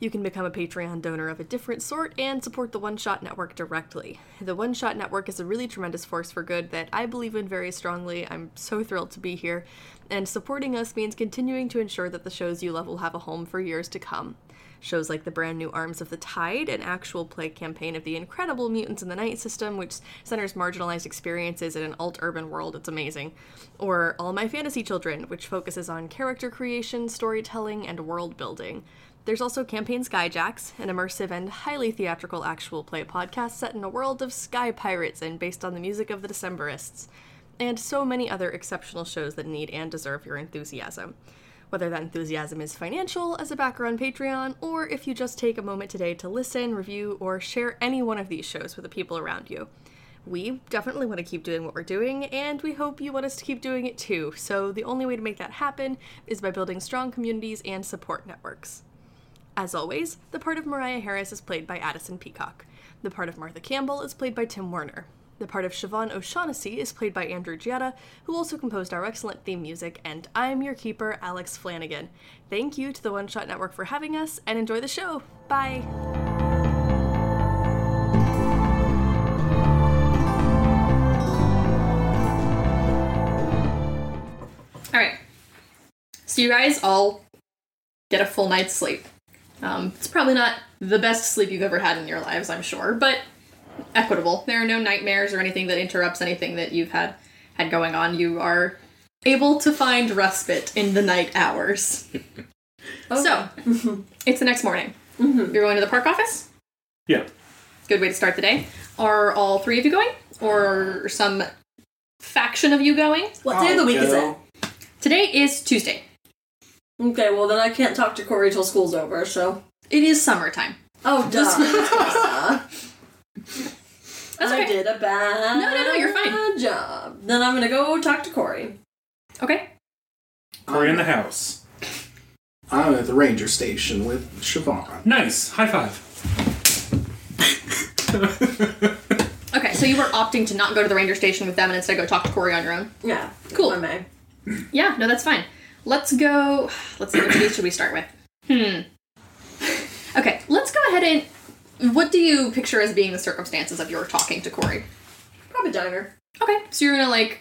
Speaker 6: you can become a Patreon donor of a different sort and support the One Shot Network directly. The One Shot Network is a really tremendous force for good that I believe in very strongly. I'm so thrilled to be here, and supporting us means continuing to ensure that the shows you love will have a home for years to come. Shows like the brand new Arms of the Tide, an actual play campaign of the incredible Mutants in the Night System, which centers marginalized experiences in an alt urban world. It's amazing. Or All My Fantasy Children, which focuses on character creation, storytelling, and world building. There's also Campaign Skyjacks, an immersive and highly theatrical actual play podcast set in a world of sky pirates and based on the music of the Decemberists, and so many other exceptional shows that need and deserve your enthusiasm. Whether that enthusiasm is financial, as a backer on Patreon, or if you just take a moment today to listen, review, or share any one of these shows with the people around you. We definitely want to keep doing what we're doing, and we hope you want us to keep doing it too. So, the only way to make that happen is by building strong communities and support networks. As always, the part of Mariah Harris is played by Addison Peacock. The part of Martha Campbell is played by Tim Werner. The part of Siobhan O'Shaughnessy is played by Andrew Gietta, who also composed our excellent theme music, and I'm your keeper, Alex Flanagan. Thank you to the One Shot Network for having us, and enjoy the show! Bye!
Speaker 1: All right. So you guys all get a full night's sleep. Um, it's probably not the best sleep you've ever had in your lives, I'm sure, but equitable. There are no nightmares or anything that interrupts anything that you've had had going on. You are able to find respite in the night hours. So it's the next morning.
Speaker 2: Mm-hmm.
Speaker 1: You're going to the park office.
Speaker 4: Yeah.
Speaker 1: Good way to start the day. Are all three of you going, or some faction of you going?
Speaker 2: What day of the week is it?
Speaker 3: Joe.
Speaker 1: Today is Tuesday.
Speaker 2: Okay, well then I can't talk to Corey till school's over. So
Speaker 1: It is summertime.
Speaker 2: oh,
Speaker 1: (laughs)
Speaker 2: duh.
Speaker 1: That's
Speaker 2: I
Speaker 1: okay.
Speaker 2: did a bad
Speaker 1: No, no, no, you're fine.
Speaker 2: job. Then I'm gonna go talk to Corey.
Speaker 1: Okay.
Speaker 4: Corey in the house.
Speaker 5: I'm at the ranger station with Siobhan.
Speaker 4: Nice. High five.
Speaker 1: Okay, so you were opting to not go to the ranger station with them and instead go talk to Corey on your own?
Speaker 2: Yeah,
Speaker 1: Cool.
Speaker 2: I may.
Speaker 1: Yeah, no, that's fine. Let's go. Let's see, which of these should we start with? Hmm. Okay, let's go ahead and. What do you picture as being the circumstances of your talking to Corey?
Speaker 2: Probably diner.
Speaker 1: Okay, so you're gonna like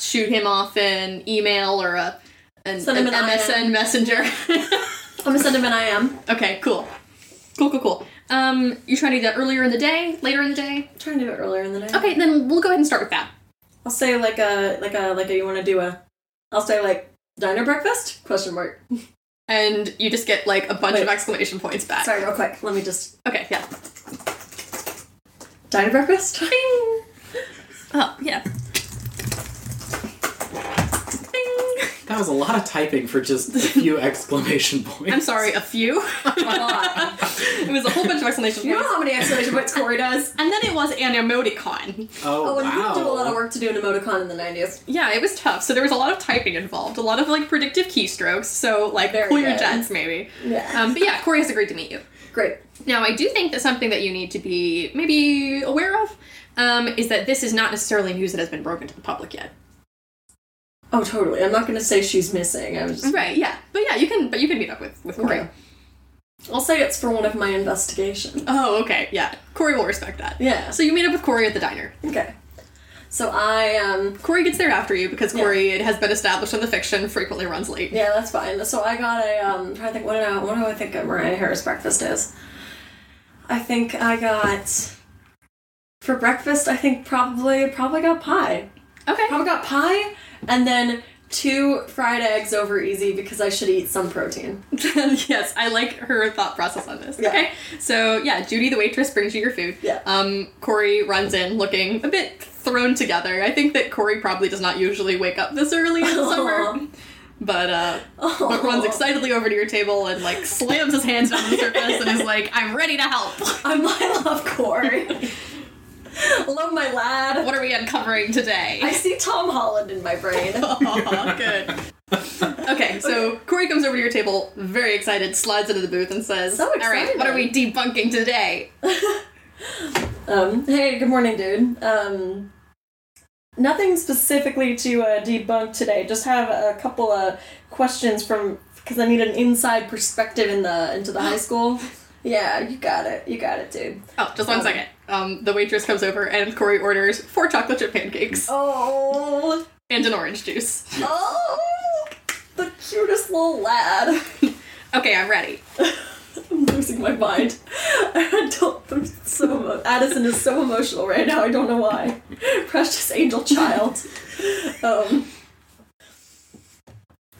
Speaker 1: shoot him off an email or a an,
Speaker 2: Send him
Speaker 1: an
Speaker 2: an
Speaker 1: MSN
Speaker 2: IM. (laughs)
Speaker 1: messenger.
Speaker 2: I'm gonna send him an IM.
Speaker 1: okay, cool, cool, cool, cool. Um, you trying to do that earlier in the day, later in the day?
Speaker 2: I'm trying to do it earlier in the day.
Speaker 1: Okay, then we'll go ahead and start with that.
Speaker 2: I'll say like a like a like a you want to do a. I'll say like diner breakfast question mark.
Speaker 1: And you just get like a bunch
Speaker 2: Wait.
Speaker 1: of exclamation points back.
Speaker 2: (laughs) Sorry, real quick. Let me just
Speaker 1: Okay, yeah.
Speaker 2: diner breakfast. (laughs)
Speaker 1: Oh, yeah.
Speaker 3: That was a lot of typing for just a (laughs) few exclamation points.
Speaker 1: I'm sorry, a (laughs) few.
Speaker 2: God.
Speaker 1: it was a whole bunch of exclamation
Speaker 2: you know
Speaker 1: points.
Speaker 2: how many exclamation points Corey does?
Speaker 1: And then it was an emoticon.
Speaker 3: Oh,
Speaker 2: Oh, and
Speaker 3: wow.
Speaker 2: we do a lot of work to do an emoticon in the '90s.
Speaker 1: Yeah, it was tough. So there was a lot of typing involved, a lot of like predictive keystrokes. So like
Speaker 2: Very
Speaker 1: pull your
Speaker 2: good.
Speaker 1: jets, maybe.
Speaker 2: Yeah.
Speaker 1: Um, but yeah, Corey has agreed to meet you.
Speaker 2: Great.
Speaker 1: Now, I do think that something that you need to be maybe aware of um, is that this is not necessarily news that has been broken to the public yet.
Speaker 2: Oh, totally. I'm not gonna say she's missing. I was just.
Speaker 1: Right. Yeah. But yeah, you can. But you can meet up with with Corey.
Speaker 2: Okay. I'll say it's for one of my investigations.
Speaker 1: Oh, okay. Yeah. Corey will respect that.
Speaker 2: Yeah.
Speaker 1: So you meet up with Corey at the diner.
Speaker 2: Okay. So I um
Speaker 1: Corey gets there after you
Speaker 2: (laughs)
Speaker 1: because (laughs) Corey, it has been established in the fiction, frequently runs late.
Speaker 2: yeah, that's fine. So I got a um trying to think what do I what do I think a Mariah Harris breakfast is? I think I got for breakfast I think probably probably got pie.
Speaker 1: Okay.
Speaker 2: Probably got pie and then two fried eggs over easy because I should eat some protein.
Speaker 1: yes, I like her thought process on this.
Speaker 2: Yeah.
Speaker 1: Okay. So yeah, Judy the waitress brings you your food.
Speaker 2: Yeah.
Speaker 1: Um, Corey runs in looking a bit thrown together. I think that Corey probably does not usually wake up this early in the summer.
Speaker 2: Aw.
Speaker 1: But uh but runs excitedly over to your table and like slams his hands down on the surface and is like, I'm ready to help.
Speaker 2: I'm (laughs) I love Corey. love my lad.
Speaker 1: What are we uncovering today?
Speaker 2: I see Tom Holland in my brain.
Speaker 1: (laughs) Aw, good. Okay, so Corey comes over to your table, very excited, slides into the booth and says,
Speaker 2: So
Speaker 1: All right, what are we debunking today?
Speaker 2: Um, hey, good morning, dude. Um, nothing specifically to uh, debunk today. Just have a couple of questions from because I need an inside perspective in the into the high school. Yeah, you got it. You got it, dude.
Speaker 1: Oh, just one second. Um, the waitress comes over and Corey orders four chocolate chip pancakes
Speaker 2: Oh,
Speaker 1: and an orange juice.
Speaker 2: oh, the cutest little lad. (laughs)
Speaker 1: Okay, I'm ready.
Speaker 2: I'm losing my mind. (laughs) I don't. I'm so emo- Addison is so emotional right now. I don't know why. (laughs) Precious angel child. Um,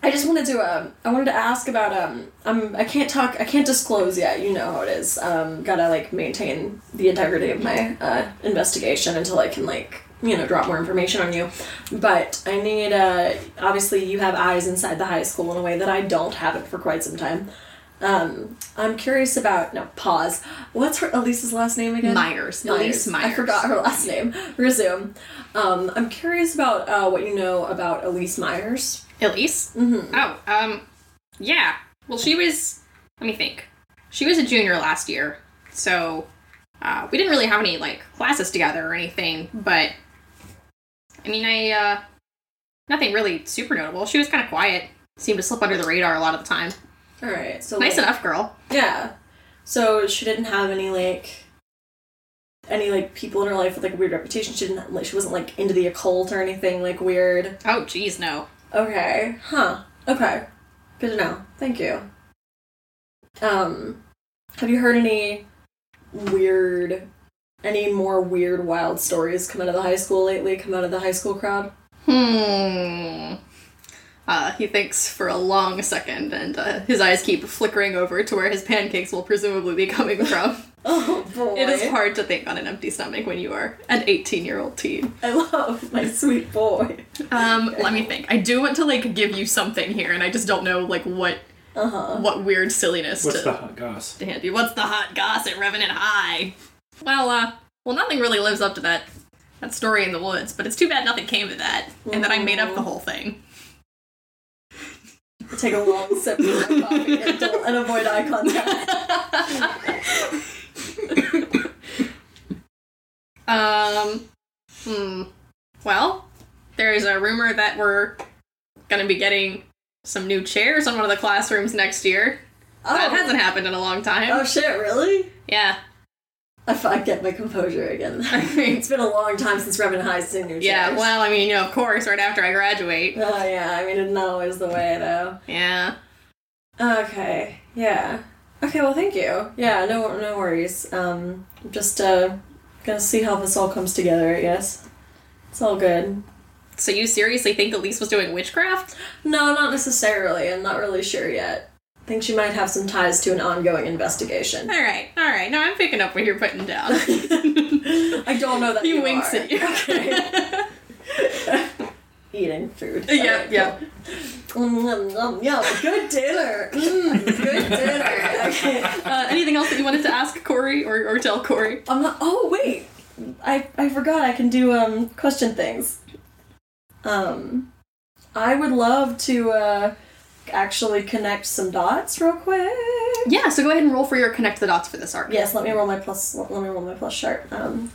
Speaker 2: I just wanted to. Um, I wanted to ask about. Um, I'm. I can't talk. I can't disclose yet. You know how it is. Um, gotta like maintain the integrity of my uh, investigation until I can like you know drop more information on you. But I need. Uh, obviously, you have eyes inside the high school in a way that I don't have it for quite some time. Um, I'm curious about no pause. What's her Elise's last name again?
Speaker 1: Myers. Elise Myers.
Speaker 2: I forgot her last name. Resume. Um, I'm curious about uh, what you know about Elise Myers.
Speaker 1: Elise? Mm-hmm. Oh, um, yeah. Well, she was, let me think. She was a junior last year, so uh, we didn't really have any, like, classes together or anything, but I mean, I, uh, nothing really super notable. She was kind of quiet, seemed to slip under the radar a lot of the time.
Speaker 2: All right. So
Speaker 1: Nice
Speaker 2: like,
Speaker 1: enough girl.
Speaker 2: Yeah. So she didn't have any like any like people in her life with like a weird reputation. She didn't like she wasn't like into the occult or anything like weird.
Speaker 1: Oh, geez, no.
Speaker 2: Okay. Huh. Okay. Good to know. Thank you. Um, have you heard any weird, any more weird, wild stories come out of the high school lately? Come out of the high school crowd?
Speaker 1: Hmm. Uh, he thinks for a long second, and uh, his eyes keep flickering over to where his pancakes will presumably be coming from.
Speaker 2: Oh boy!
Speaker 1: It is hard to think on an empty stomach when you are an 18 year old teen.
Speaker 2: I love my sweet boy.
Speaker 1: Um, let me think. I do want to like give you something here, and I just don't know like what
Speaker 2: Uh huh.
Speaker 1: what weird silliness
Speaker 4: What's the
Speaker 1: to,
Speaker 4: hot goss?
Speaker 1: to hand you. What's the hot gossip, Revenant High? Well, uh, well, nothing really lives up to that that story in the woods, but it's too bad nothing came to that, and that I made up the whole thing.
Speaker 2: Take a long sip of my coffee and, don't, and avoid eye
Speaker 1: (laughs)
Speaker 2: contact.
Speaker 1: Um, hmm. Well, there's a rumor that we're gonna be getting some new chairs on one of the classrooms next year.
Speaker 2: Oh.
Speaker 1: That hasn't happened in a long time.
Speaker 2: Oh shit! Really?
Speaker 1: Yeah.
Speaker 2: I, f- I get my composure
Speaker 1: (laughs)
Speaker 2: again. it's been a long time since Revan High's seen new
Speaker 1: Yeah,
Speaker 2: chairs.
Speaker 1: well, I mean, you know, of course, right after I graduate.
Speaker 2: Oh yeah, I mean it's not always the way though.
Speaker 1: Yeah.
Speaker 2: Okay, yeah. Okay, well thank you. Yeah, no no worries. Um I'm just uh gonna see how this all comes together, I guess. It's all good.
Speaker 1: So you seriously think Elise was doing witchcraft?
Speaker 2: No, not necessarily. I'm not really sure yet. I think she might have some ties to an ongoing investigation.
Speaker 1: All right, all right. Now I'm picking up what you're putting down.
Speaker 6: (laughs)
Speaker 2: I don't know that.
Speaker 1: he
Speaker 2: you
Speaker 1: winks
Speaker 2: are.
Speaker 1: at you.
Speaker 2: Okay.
Speaker 1: (laughs)
Speaker 2: Eating food.
Speaker 1: yep, yep.
Speaker 2: Mm, mm, mm, yum. Good dinner. Mm, good dinner. Okay.
Speaker 1: Uh, anything else that you wanted to ask Corey or, or tell Corey?
Speaker 2: I'm not. Oh wait, I I forgot I can do um question things. Um, I would love to uh actually connect some dots real quick.
Speaker 1: Yeah, so go ahead and roll for your connect the dots for this arc.
Speaker 2: Yes, let me roll my plus. Let me roll my plus chart. Um.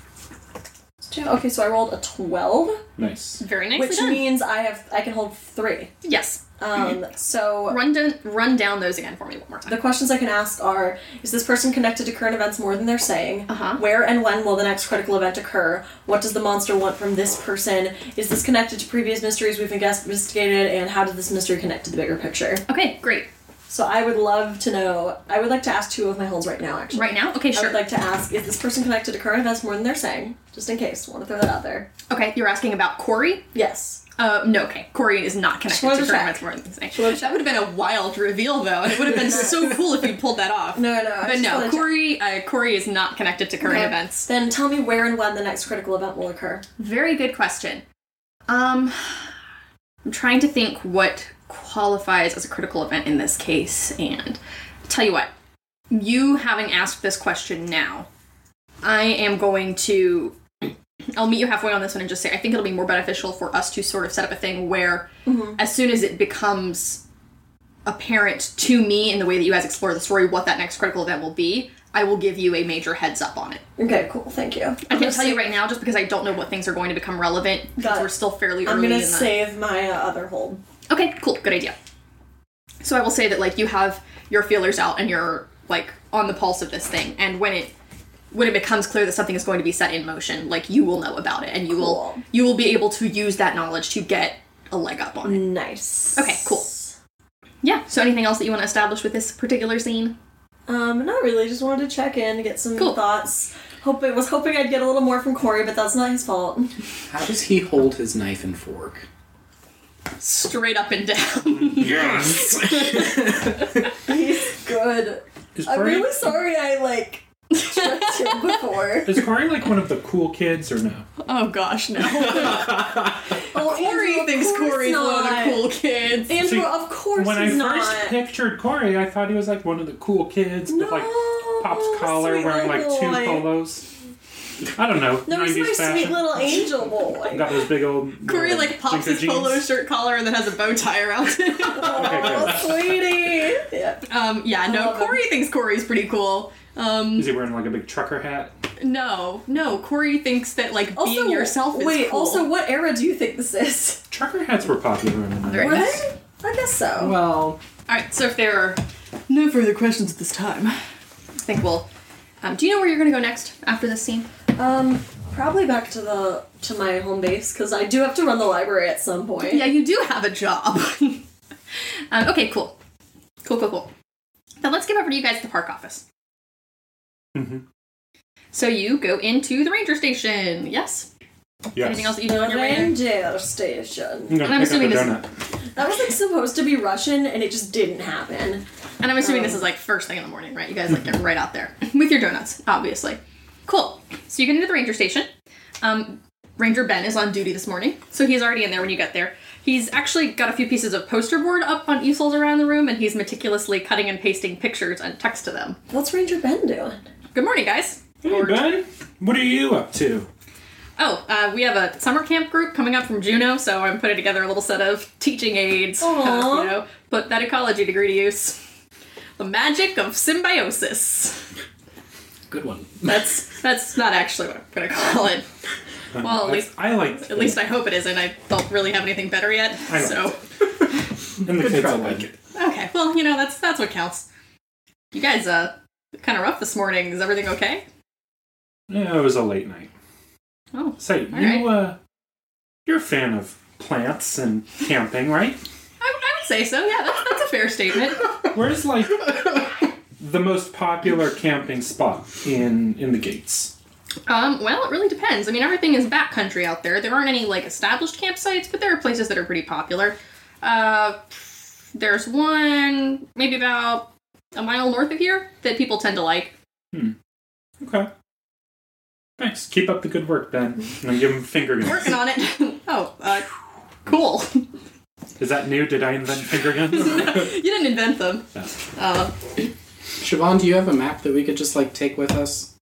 Speaker 2: Okay, so I rolled a twelve,
Speaker 4: Nice.
Speaker 1: Very nicely
Speaker 2: which
Speaker 1: done.
Speaker 2: means I have I can hold three.
Speaker 1: yes. Mm-hmm.
Speaker 2: Um, so
Speaker 1: Run down, run down those again for me one more time.
Speaker 2: the questions I can ask are: Is this person connected to current events more than they're saying?
Speaker 1: Uh-huh.
Speaker 2: Where and when will the next critical event occur? What does the monster want from this person? Is this connected to previous mysteries we've invest- investigated? And how did this mystery connect to the bigger picture?
Speaker 1: Okay, great.
Speaker 2: So I would love to know. I would like to ask two of my holds right now, actually.
Speaker 1: Right now? Okay,
Speaker 2: I
Speaker 1: sure.
Speaker 2: would like to ask: Is this person connected to current events more than they're saying? Just in case, want to throw that out there.
Speaker 1: okay, you're asking about Corey?
Speaker 2: Yes.
Speaker 1: Uh, no, okay. Corey is not connected
Speaker 2: wanted
Speaker 1: to
Speaker 2: to
Speaker 1: Kermit
Speaker 2: check.
Speaker 1: more than That would have been a wild reveal, though, and it would
Speaker 2: (laughs)
Speaker 1: have been so cool if you pulled that off.
Speaker 2: No, no, I
Speaker 1: But
Speaker 2: just wanted
Speaker 1: no,
Speaker 2: to-
Speaker 1: Corey, uh, Corey is not connected to current
Speaker 2: Okay.
Speaker 1: events.
Speaker 2: Then tell me where and when the next critical event will occur.
Speaker 1: Very good question. Um, I'm trying to think what qualifies as a critical event in this case, and tell you what, you having asked this question now, I am going to. I'll meet you halfway on this one and just say I think it'll be more beneficial for us to sort of set up a thing where, as soon as it becomes apparent to me in the way that you guys explore the story what that next critical event will be, I will give you a major heads up on it.
Speaker 2: Okay, cool. Thank you.
Speaker 1: I can't tell you right now just because I don't know what things are going to become relevant because
Speaker 2: Got it.
Speaker 1: we're still fairly
Speaker 2: I'm
Speaker 1: early
Speaker 2: gonna
Speaker 1: in the
Speaker 2: save my uh, other hold.
Speaker 1: Okay, cool, good idea. So I will say that like you have your feelers out and you're like on the pulse of this thing and when it when it becomes clear that something is going to be set in motion, like you will know about it and you will
Speaker 2: Cool.
Speaker 1: you will be able to use that knowledge to get a leg up on it.
Speaker 2: Nice.
Speaker 1: Okay, cool. Yeah. So anything else that you want to establish with this particular scene?
Speaker 2: Um, not really. Just wanted to check in, get some
Speaker 1: Cool.
Speaker 2: thoughts. Hope was hoping I'd get a little more from Corey, but that's not
Speaker 1: (laughs)
Speaker 2: his fault.
Speaker 3: How does he hold his knife and fork?
Speaker 1: Straight up and down. (laughs)
Speaker 2: He's good.
Speaker 4: Is
Speaker 2: I'm
Speaker 4: Corey,
Speaker 2: really sorry I like
Speaker 1: (laughs)
Speaker 2: tricked him before.
Speaker 4: is Corey like one of the cool kids or no?
Speaker 1: oh gosh,
Speaker 2: (laughs)
Speaker 1: no.
Speaker 2: Oh,
Speaker 1: Corey
Speaker 2: Andrew,
Speaker 1: thinks
Speaker 2: of course
Speaker 1: Corey's one of
Speaker 2: not.
Speaker 1: the cool kids.
Speaker 6: (laughs)
Speaker 2: Andrew,
Speaker 4: See,
Speaker 2: of course
Speaker 4: when I
Speaker 2: he's
Speaker 4: first
Speaker 2: not.
Speaker 4: pictured Corey, I thought he was like one of the cool kids with like
Speaker 2: No,
Speaker 4: pops collar,
Speaker 2: sweet
Speaker 4: wearing like
Speaker 2: little
Speaker 4: two
Speaker 2: boy.
Speaker 4: polos. I don't know.
Speaker 2: no,
Speaker 4: 90s
Speaker 2: he's my
Speaker 4: fashion.
Speaker 2: sweet little angel
Speaker 4: (laughs)
Speaker 2: boy.
Speaker 4: Got those big old.
Speaker 1: Corey
Speaker 4: uh,
Speaker 1: like pops
Speaker 4: Jinko
Speaker 1: his
Speaker 4: jeans.
Speaker 1: polo shirt collar and then has a bow tie around it.
Speaker 4: Okay,
Speaker 2: Oh,
Speaker 4: good.
Speaker 2: sweetie. Yeah.
Speaker 1: um, yeah, no,
Speaker 2: love him.
Speaker 1: Corey thinks Corey's pretty cool. Um,
Speaker 4: Is he wearing like a big trucker hat?
Speaker 1: no, no, Corey thinks that like
Speaker 2: Also,
Speaker 1: being yourself is
Speaker 2: wait.
Speaker 1: cool.
Speaker 2: Also, what era do you think this is?
Speaker 4: Trucker hats were popular in the 90s.
Speaker 1: Right.
Speaker 2: Right? I guess so.
Speaker 3: Well,
Speaker 1: all right. So if there are no further questions at this time, I think we'll. Um, do you know where you're gonna go next after this scene?
Speaker 2: Um, probably back to the to my home base because I do have to run the library at some point.
Speaker 1: Yeah, you do have a job. (laughs) um, okay, cool, cool, cool, cool. Now let's get over to you guys at the park office.
Speaker 4: Mhm.
Speaker 1: So you go into the ranger station. Yes.
Speaker 4: Yes.
Speaker 1: Anything else that you do on
Speaker 2: The
Speaker 1: your way? in?
Speaker 2: ranger station.
Speaker 4: I'm gonna
Speaker 1: And I'm
Speaker 4: pick
Speaker 1: assuming
Speaker 4: up a
Speaker 1: this-
Speaker 4: donut.
Speaker 2: That was like supposed to be Russian, and it just didn't happen.
Speaker 1: And I'm assuming this is like first thing in the morning, right? You guys like get right out there (laughs) with your donuts, obviously. Cool. So you get into the ranger station. Um, Ranger Ben is on duty this morning, so he's already in there when you get there. He's actually got a few pieces of poster board up on easels around the room, and he's meticulously cutting and pasting pictures and text to them.
Speaker 2: What's Ranger Ben doing?
Speaker 1: Good morning, guys.
Speaker 4: Hey, Ben, what are you up to?
Speaker 1: Oh, uh, we have a summer camp group coming up from Juneau, so I'm putting together a little set of teaching aids. kind of,
Speaker 2: Aw.
Speaker 1: you know, put that ecology degree to use. The magic of symbiosis.
Speaker 3: good one.
Speaker 1: That's that's not actually what I'm gonna call it. Well, at least
Speaker 4: I like.
Speaker 1: at least I hope it isn't. I don't really have anything better yet.
Speaker 4: I know.
Speaker 1: So
Speaker 4: and the
Speaker 3: Good
Speaker 4: kids
Speaker 3: try,
Speaker 4: like
Speaker 3: Ben.
Speaker 4: it.
Speaker 1: okay, well you know that's that's what counts. You guys uh kind of rough this morning. Is everything okay?
Speaker 4: Yeah, it was a late night.
Speaker 1: Oh,
Speaker 4: Say,
Speaker 1: All
Speaker 4: you uh, you're a fan of plants and camping, right?
Speaker 1: I, I would say so. Yeah, that's, that's a fair statement.
Speaker 4: Where's like the most popular camping spot in in the gates?
Speaker 1: Um, well, it really depends. I mean, everything is backcountry out there. There aren't any like established campsites, but there are places that are pretty popular. Uh, there's one maybe about a mile north of here that people tend to like.
Speaker 4: Okay. Thanks. Keep up the good work, Ben. And I give him finger guns.
Speaker 1: Working on it. (laughs) oh, uh, cool. (laughs)
Speaker 4: Is that new? Did I invent
Speaker 1: (laughs)
Speaker 4: finger guns?
Speaker 1: You didn't invent them. Uh,
Speaker 3: Siobhan, do you have a map that we could just like take with us?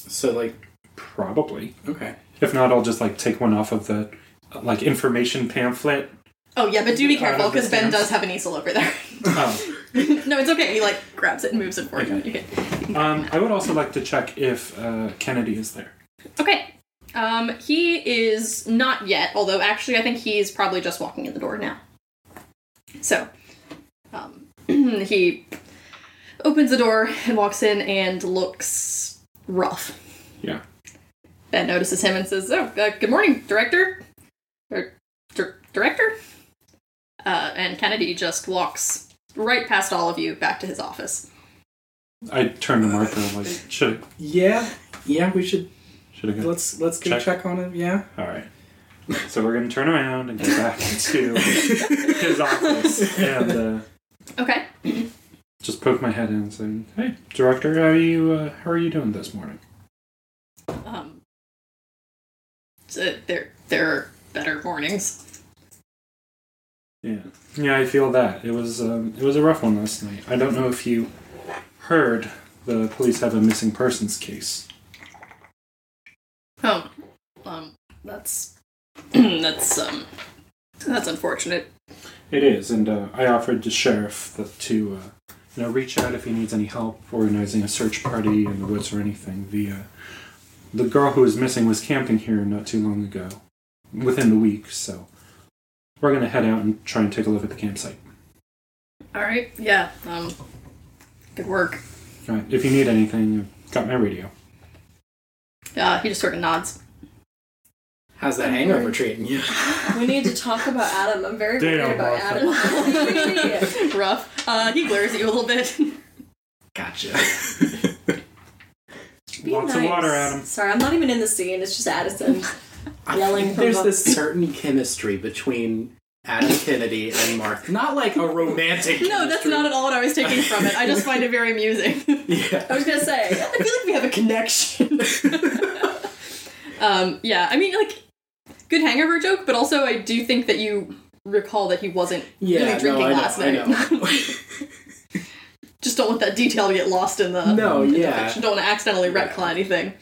Speaker 3: So like,
Speaker 4: Probably.
Speaker 3: okay.
Speaker 4: If not, I'll just like take one off of the uh, like information pamphlet.
Speaker 1: oh yeah, but do be
Speaker 4: Out of
Speaker 1: careful
Speaker 4: the
Speaker 1: because Ben
Speaker 4: stamps.
Speaker 1: does have an easel over there. (laughs)
Speaker 4: Oh.
Speaker 1: no, it's okay. He like grabs it and moves it forward.
Speaker 4: Okay.
Speaker 1: Okay.
Speaker 4: Um, I would also like to check if uh, Kennedy is there.
Speaker 1: okay. Um, he is not yet. Although actually, I think he's probably just walking in the door now. So, um, (clears throat) he opens the door and walks in and looks rough.
Speaker 4: Yeah.
Speaker 1: Ben notices him and says, "Oh, uh, good morning, director." Or dir- director. Uh, and Kennedy just walks right past all of you back to his office.
Speaker 4: I turned to Martha like should
Speaker 3: Yeah, yeah, we should
Speaker 4: should have go.
Speaker 3: let's let's get
Speaker 4: Check.
Speaker 3: a check on him. Yeah.
Speaker 4: All right. So we're gonna turn around and go back to his office and uh,
Speaker 1: Okay.
Speaker 4: just poke my head in and say, "Hey, director, how are you? Uh, how are you doing this morning?"
Speaker 1: Um, so there, there are better mornings.
Speaker 4: Yeah, yeah, I feel that it was um, it was a rough one last night. I don't know if you heard the police have a missing persons case.
Speaker 1: Oh, um, that's (clears throat) that's um, that's unfortunate.
Speaker 4: It is, and uh, I offered the sheriff the, to uh, you know reach out if he needs any help organizing a search party in the woods or anything. The uh, the girl who was missing was camping here not too long ago, within the week. So we're gonna head out and try and take a look at the campsite.
Speaker 1: All right. Yeah. Um, good work.
Speaker 4: All right, if you need anything, I've got my radio.
Speaker 1: Uh, he just sort of nods.
Speaker 5: How's that hangover
Speaker 3: (laughs)
Speaker 5: treating you?
Speaker 2: We need to talk about Adam. I'm very
Speaker 4: Damn,
Speaker 2: worried about Adam. (laughs)
Speaker 1: Rough. Uh, he glares at you a little bit. (laughs)
Speaker 3: (laughs)
Speaker 5: Gotcha.
Speaker 2: Be
Speaker 4: Lots of
Speaker 2: nice.
Speaker 4: water, Adam.
Speaker 2: Sorry, I'm not even in the scene. It's just Addison. Yelling from
Speaker 3: There's
Speaker 2: above.
Speaker 3: this
Speaker 5: Certain chemistry between Adam Kennedy and Martha. Not like
Speaker 2: (laughs)
Speaker 5: a romantic.
Speaker 1: no, that's not at all what I was taking from it. I just find it very amusing. (laughs)
Speaker 5: Yeah.
Speaker 2: I was gonna say.
Speaker 1: I feel like we have a connection.
Speaker 3: (laughs)
Speaker 2: (laughs)
Speaker 1: um, yeah, I mean, like, good hangover joke, but also I do think that you recall that he wasn't
Speaker 5: Yeah,
Speaker 1: really drinking
Speaker 5: no, I know,
Speaker 1: last
Speaker 5: I
Speaker 1: night.
Speaker 5: know.
Speaker 1: (laughs) Just don't want that detail to get lost in the.
Speaker 5: No,
Speaker 1: in the
Speaker 5: yeah.
Speaker 1: fiction. Don't want to accidentally retcon anything.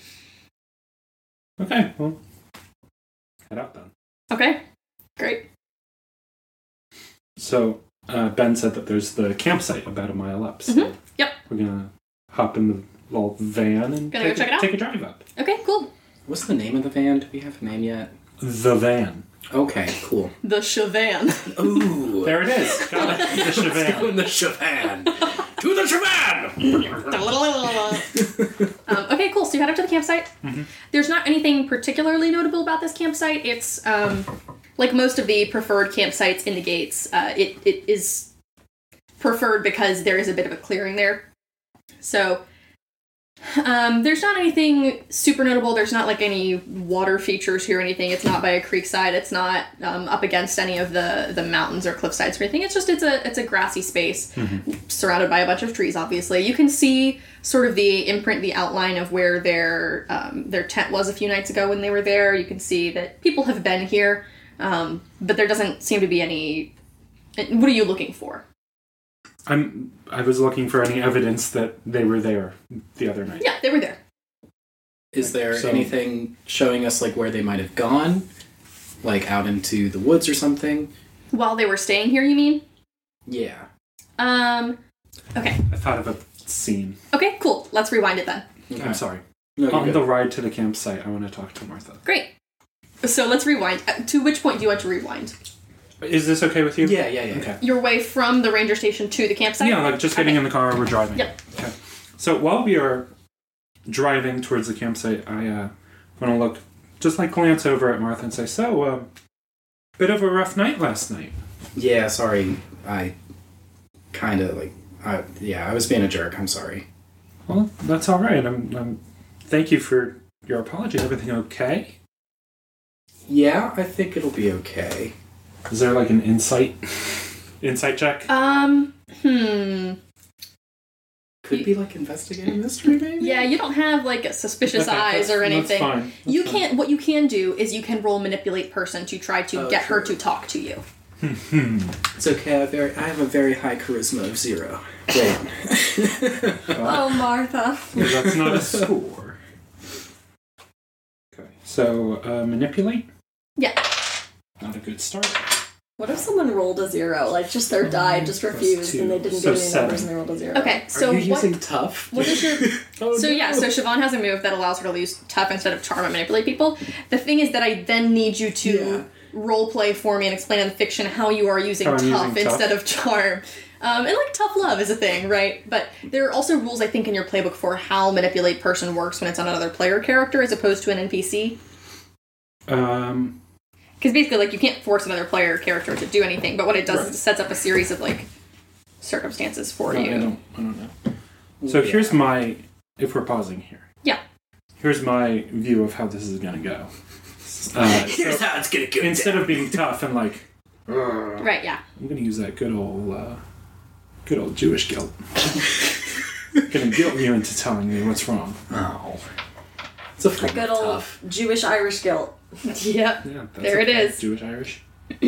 Speaker 4: Okay, well, head out then.
Speaker 1: Okay, great.
Speaker 4: So uh, Ben said that there's the campsite about a mile up. So
Speaker 2: Mm-hmm.
Speaker 1: Mhm, yep.
Speaker 4: We're gonna hop in the little van and
Speaker 1: Gonna go
Speaker 4: take,
Speaker 1: check
Speaker 4: a,
Speaker 1: it out?
Speaker 4: take a drive up.
Speaker 1: Okay, cool.
Speaker 5: What's the name of the van? Do we have a name yet?
Speaker 4: The van.
Speaker 5: Okay,
Speaker 1: (laughs)
Speaker 5: cool.
Speaker 1: The Chavan.
Speaker 5: Ooh.
Speaker 4: There it is. Got it. The
Speaker 5: Let's go
Speaker 4: Chavan.
Speaker 5: in the Chavan. to the Chavan!
Speaker 1: (laughs) um, okay, cool. So you head up to the campsite. There's not anything particularly notable about this campsite. It's um, like most of the preferred campsites in the gates. Uh, it it is preferred because there is a bit of a clearing there. So um, there's not anything super notable. There's not like any water features here or anything. It's not by a creek side. It's not um, up against any of the the mountains or cliff sides or anything. It's just it's a it's a grassy space surrounded by a bunch of trees. Obviously, you can see sort of the imprint, the outline of where their um, their tent was a few nights ago when they were there. You can see that people have been here, um, but there doesn't seem to be any. What are you looking for?
Speaker 4: I'm. I was looking for any evidence that they were there the other night.
Speaker 1: Yeah, they were there.
Speaker 5: Is there
Speaker 4: So-
Speaker 5: anything showing us like where they might have gone? Like out into the woods or something?
Speaker 1: While they were staying here, you mean?
Speaker 5: Yeah.
Speaker 1: Um. Okay.
Speaker 4: I thought of a scene.
Speaker 1: Okay. Cool. Let's rewind it then.
Speaker 5: Okay.
Speaker 4: I'm sorry.
Speaker 5: No, you're
Speaker 4: On
Speaker 5: good.
Speaker 4: the ride to the campsite, I want to talk to Martha.
Speaker 1: Great. So let's rewind. Uh, To which point do you want to rewind?
Speaker 4: Is this okay with you?
Speaker 5: Yeah, yeah, yeah.
Speaker 4: Okay.
Speaker 1: Your way from the ranger station to the campsite.
Speaker 4: Yeah, like just getting in the car, we're driving.
Speaker 1: Yep.
Speaker 4: Okay. So while we are driving towards the campsite, I uh, want to look, just like glance over at Martha and say, "So, uh, bit of a rough night last night."
Speaker 5: Yeah, sorry. I kind of like. I, yeah, I was being a jerk. I'm sorry.
Speaker 4: Well, that's all right. I'm, I'm. Thank you for your apology. Everything okay?
Speaker 5: Yeah, I think it'll be okay.
Speaker 4: Is there like an insight, (laughs) insight check?
Speaker 1: Um. Hmm.
Speaker 5: Could be like investigating mystery, maybe?
Speaker 1: Yeah, you don't have like suspicious
Speaker 4: Okay,
Speaker 1: eyes or
Speaker 4: that's-
Speaker 1: anything.
Speaker 4: That's fine. That's
Speaker 1: You
Speaker 4: fine.
Speaker 1: can't. What you can do is you can roll manipulate person to try to
Speaker 5: Oh,
Speaker 1: get her
Speaker 5: true.
Speaker 1: to talk to you.
Speaker 4: Hmm,
Speaker 1: (laughs)
Speaker 5: It's okay. I have, very, I have a very high charisma of zero. Damn.
Speaker 2: (laughs)
Speaker 5: (laughs)
Speaker 2: Oh, Martha.
Speaker 4: Well, that's not a score. Okay. So uh, manipulate.
Speaker 1: Yeah.
Speaker 4: Not a good start.
Speaker 2: What if someone rolled a zero? Like, just their die just
Speaker 4: Oh, Plus
Speaker 2: refused
Speaker 4: two.
Speaker 2: and they didn't
Speaker 4: So
Speaker 2: get any numbers
Speaker 4: seven.
Speaker 2: and they rolled a zero.
Speaker 1: Okay. So
Speaker 5: Are you
Speaker 1: what?
Speaker 5: using tough?
Speaker 1: what is your?
Speaker 5: (laughs) Oh,
Speaker 1: so yeah.
Speaker 5: no.
Speaker 1: So Siobhan has a move that allows her to use tough instead of charm and manipulate people. The thing is that I then need you to
Speaker 5: Yeah.
Speaker 1: role play for me and explain in fiction how you are using
Speaker 4: How I'm
Speaker 1: tough
Speaker 4: using tough.
Speaker 1: instead of charm. Um, and like tough love is a thing, right? But there are also rules I think in your playbook for how manipulate person works when it's on another player character as opposed to an NPC.
Speaker 4: Um,
Speaker 1: Because basically, like you can't force another player character to do anything. But what it does is it sets up a series of like circumstances for
Speaker 4: I I
Speaker 1: you.
Speaker 4: don't, I don't know. So here's my, if we're pausing here,
Speaker 1: Yeah.
Speaker 4: here's my view of how this is going
Speaker 1: (laughs)
Speaker 4: to go. Uh, so
Speaker 5: how it's gonna go.
Speaker 4: instead of being tough and like, "Ugh,"
Speaker 1: Right. Yeah.
Speaker 4: I'm going to use that good old, uh, good old Jewish guilt. (laughs) going to guilt you into telling me what's wrong.
Speaker 5: Oh,
Speaker 3: It's a fun.
Speaker 2: Good old Jewish Irish guilt.
Speaker 1: yep.
Speaker 4: Yeah, that's
Speaker 1: There it is.
Speaker 4: Jewish Irish.
Speaker 2: Oh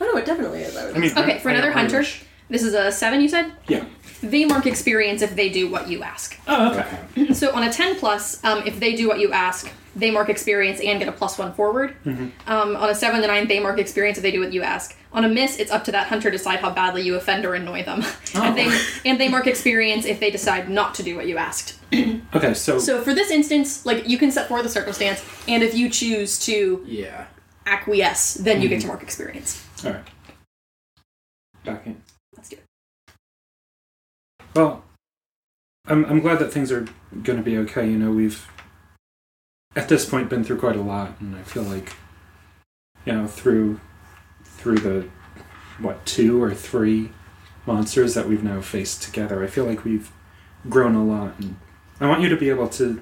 Speaker 2: no, it definitely is. I would
Speaker 4: I mean,
Speaker 1: Okay. For
Speaker 4: I- I
Speaker 1: another
Speaker 4: am
Speaker 1: hunter,
Speaker 4: Irish.
Speaker 1: this is a seven. You said
Speaker 4: Yeah.
Speaker 1: they mark experience if they do what you ask.
Speaker 4: Oh, okay.
Speaker 5: okay.
Speaker 1: So on a 10 plus, um, if they do what you ask, they mark experience and get a plus one forward. Um, on a 7 to 9, they mark experience if they do what you ask. On a miss, it's up to that hunter to decide how badly you offend or annoy them. (laughs)
Speaker 5: Oh,
Speaker 1: and, they, and they mark experience if they decide not to do what you asked.
Speaker 4: Okay, so,
Speaker 1: So for this instance, like you can set forth the circumstance, and if you choose to
Speaker 5: Yeah. (laughs)
Speaker 1: acquiesce, then you get to mark experience.
Speaker 4: all right. Back in.
Speaker 1: Let's do it.
Speaker 4: Well, I'm, I'm glad that things are going to be okay. You know, we've at this point been through quite a lot, and I feel like you know through through the what two or three monsters that we've now faced together. I feel like we've grown a lot, and I want you to be able to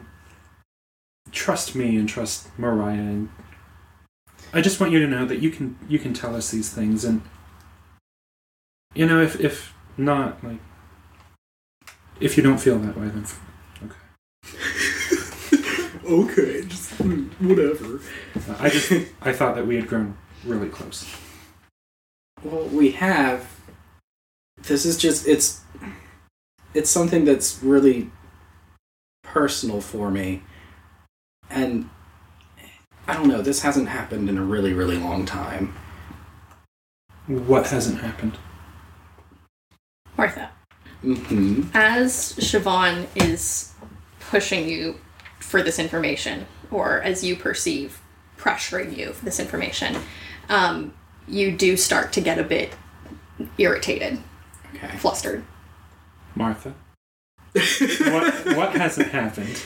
Speaker 4: trust me and trust Mariah. And I just want you to know that you can you can tell us these things, and you know if if not like. If you don't feel that way, then f- okay.
Speaker 3: Okay, just
Speaker 5: hmm,
Speaker 3: mm, whatever.
Speaker 4: Uh, I just I thought that we had grown really close.
Speaker 5: Well, we have. This is just it's. It's something that's really personal for me, and I don't know. This hasn't happened in a really, really long time.
Speaker 4: What hasn't happened?
Speaker 1: Martha,
Speaker 5: hmm
Speaker 1: as Siobhan is pushing you for this information, or as you perceive, pressuring you for this information, um, you do start to get a bit irritated,
Speaker 5: Okay.
Speaker 1: flustered.
Speaker 4: Martha. what what hasn't happened?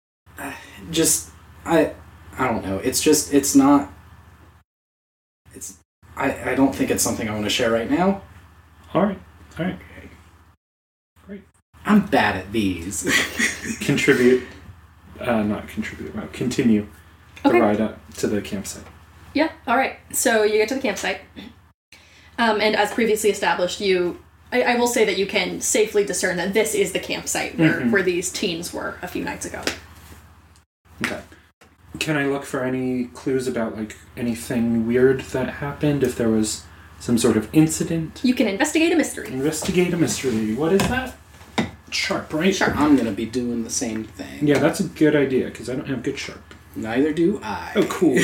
Speaker 5: (laughs) just I I don't know. It's just it's not it's I I don't think it's something I want to share right now.
Speaker 4: All right, all right.
Speaker 5: I'm bad at
Speaker 4: (laughs)
Speaker 5: these.
Speaker 4: Contribute, uh, not contribute. Well, continue the
Speaker 1: Okay.
Speaker 4: ride up to the campsite.
Speaker 1: Yeah, all right. So you get to the campsite. Um, and as previously established, you. I, I will say that you can safely discern that this is the campsite where,
Speaker 5: Mm-hmm.
Speaker 4: Mhm.
Speaker 1: where these teens were a few nights ago.
Speaker 4: Okay. Can I look for any clues about like anything weird that happened? If there was some sort of incident,
Speaker 1: You can investigate a mystery.
Speaker 4: investigate a mystery. What is that? Sharp, right?
Speaker 1: Sharp.
Speaker 5: I'm gonna be doing the same thing.
Speaker 4: Yeah, that's a good idea because I don't have good sharp.
Speaker 5: Neither do I.
Speaker 4: Oh, cool.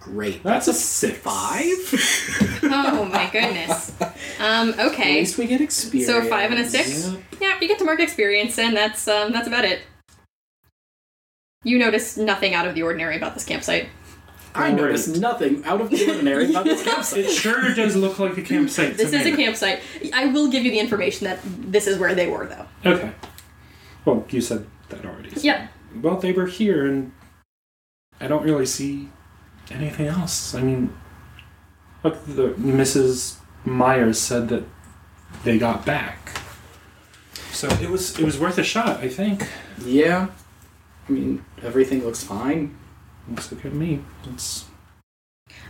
Speaker 5: Great.
Speaker 4: (laughs) That's a six.
Speaker 5: Five? (laughs)
Speaker 1: Oh my (laughs) goodness. Um,
Speaker 5: At
Speaker 1: okay.
Speaker 5: least we get experience.
Speaker 1: So a five and a six.
Speaker 4: Yep.
Speaker 1: Yeah, you get to mark experience, and that's um, that's about it. You notice nothing out of the ordinary about this campsite.
Speaker 5: I noticed nothing out of the ordinary
Speaker 1: (laughs)
Speaker 5: about this
Speaker 4: It
Speaker 5: campsite.
Speaker 4: sure does look like a campsite.
Speaker 1: This
Speaker 4: to
Speaker 1: is a
Speaker 4: me.
Speaker 1: campsite. I will give you the information that this is where they were, though.
Speaker 4: Okay. Well, you said that already. so-
Speaker 1: Yeah.
Speaker 4: Well, they were here, and I don't really see anything else. I mean, look, the Mrs. Myers said that they got back, so it was it was worth a shot. I think.
Speaker 5: Yeah. I mean, everything looks fine.
Speaker 4: Looks okay to me. It's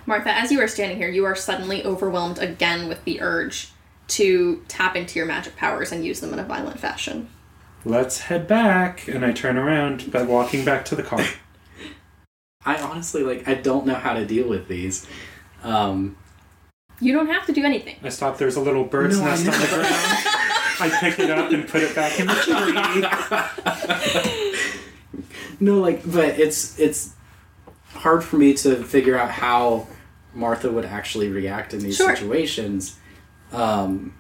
Speaker 1: Martha, as you are standing here, you are suddenly overwhelmed again with the urge to tap into your magic powers and use them in a violent fashion.
Speaker 4: let's head back, and I turn around by walking back to the car.
Speaker 5: I honestly like I don't know how to deal with these. Um
Speaker 1: You don't have to do anything.
Speaker 4: I stop. There's a little bird's
Speaker 5: No, I
Speaker 4: nest on the
Speaker 5: know.
Speaker 4: ground. I pick it up and put it back in the tree.
Speaker 5: No, like, but it's it's hard for me to figure out how Martha would actually react in these
Speaker 1: Sure.
Speaker 5: situations, um,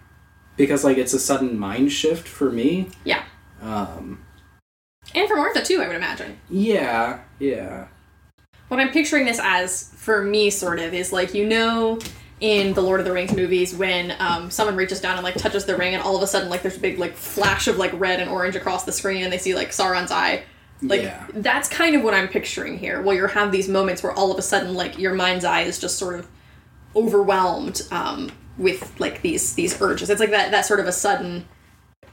Speaker 5: because like it's a sudden mind shift for me.
Speaker 1: Yeah.
Speaker 5: Um,
Speaker 1: And for Martha, too, I would imagine.
Speaker 5: Yeah, (laughs) yeah.
Speaker 1: What I'm picturing this as, for me, sort of, is like you know, in the Lord of the Rings movies, when um, someone reaches down and like touches the ring, and all of a sudden, like there's a big like flash of like red and orange across the screen, and they see like Sauron's eye. Like
Speaker 5: Yeah.
Speaker 1: that's kind of what I'm picturing here, where you have these moments where all of a sudden, like your mind's eye is just sort of overwhelmed um, with like these these urges. It's like that that sort of a sudden,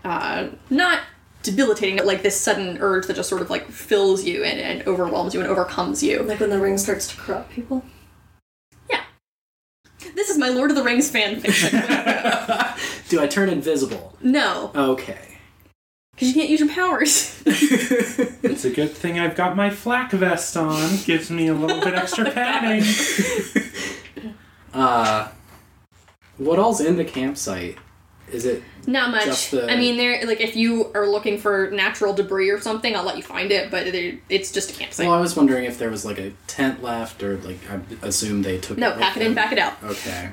Speaker 1: uh, not debilitating, but like this sudden urge that just sort of like fills you and, and overwhelms you and overcomes you.
Speaker 2: Like when the ring starts to corrupt people.
Speaker 1: This is my Lord of the Rings fan fiction.
Speaker 5: Do I turn invisible?
Speaker 1: no,
Speaker 5: Okay.
Speaker 1: because you can't use your powers. (laughs)
Speaker 4: It's a good thing I've got my flak vest on. Gives me a little bit extra padding.
Speaker 5: (laughs) Uh, what all's in the campsite? Is it?
Speaker 1: Not much.
Speaker 5: Just the-
Speaker 1: I mean, there like if you are looking for natural debris or something, I'll let you find it. But there, it's just a campsite.
Speaker 5: Well, I was wondering if there was like a tent left, or like I assume they took.
Speaker 1: no,
Speaker 5: with
Speaker 1: pack it in,
Speaker 5: them.
Speaker 1: back it out.
Speaker 5: Okay.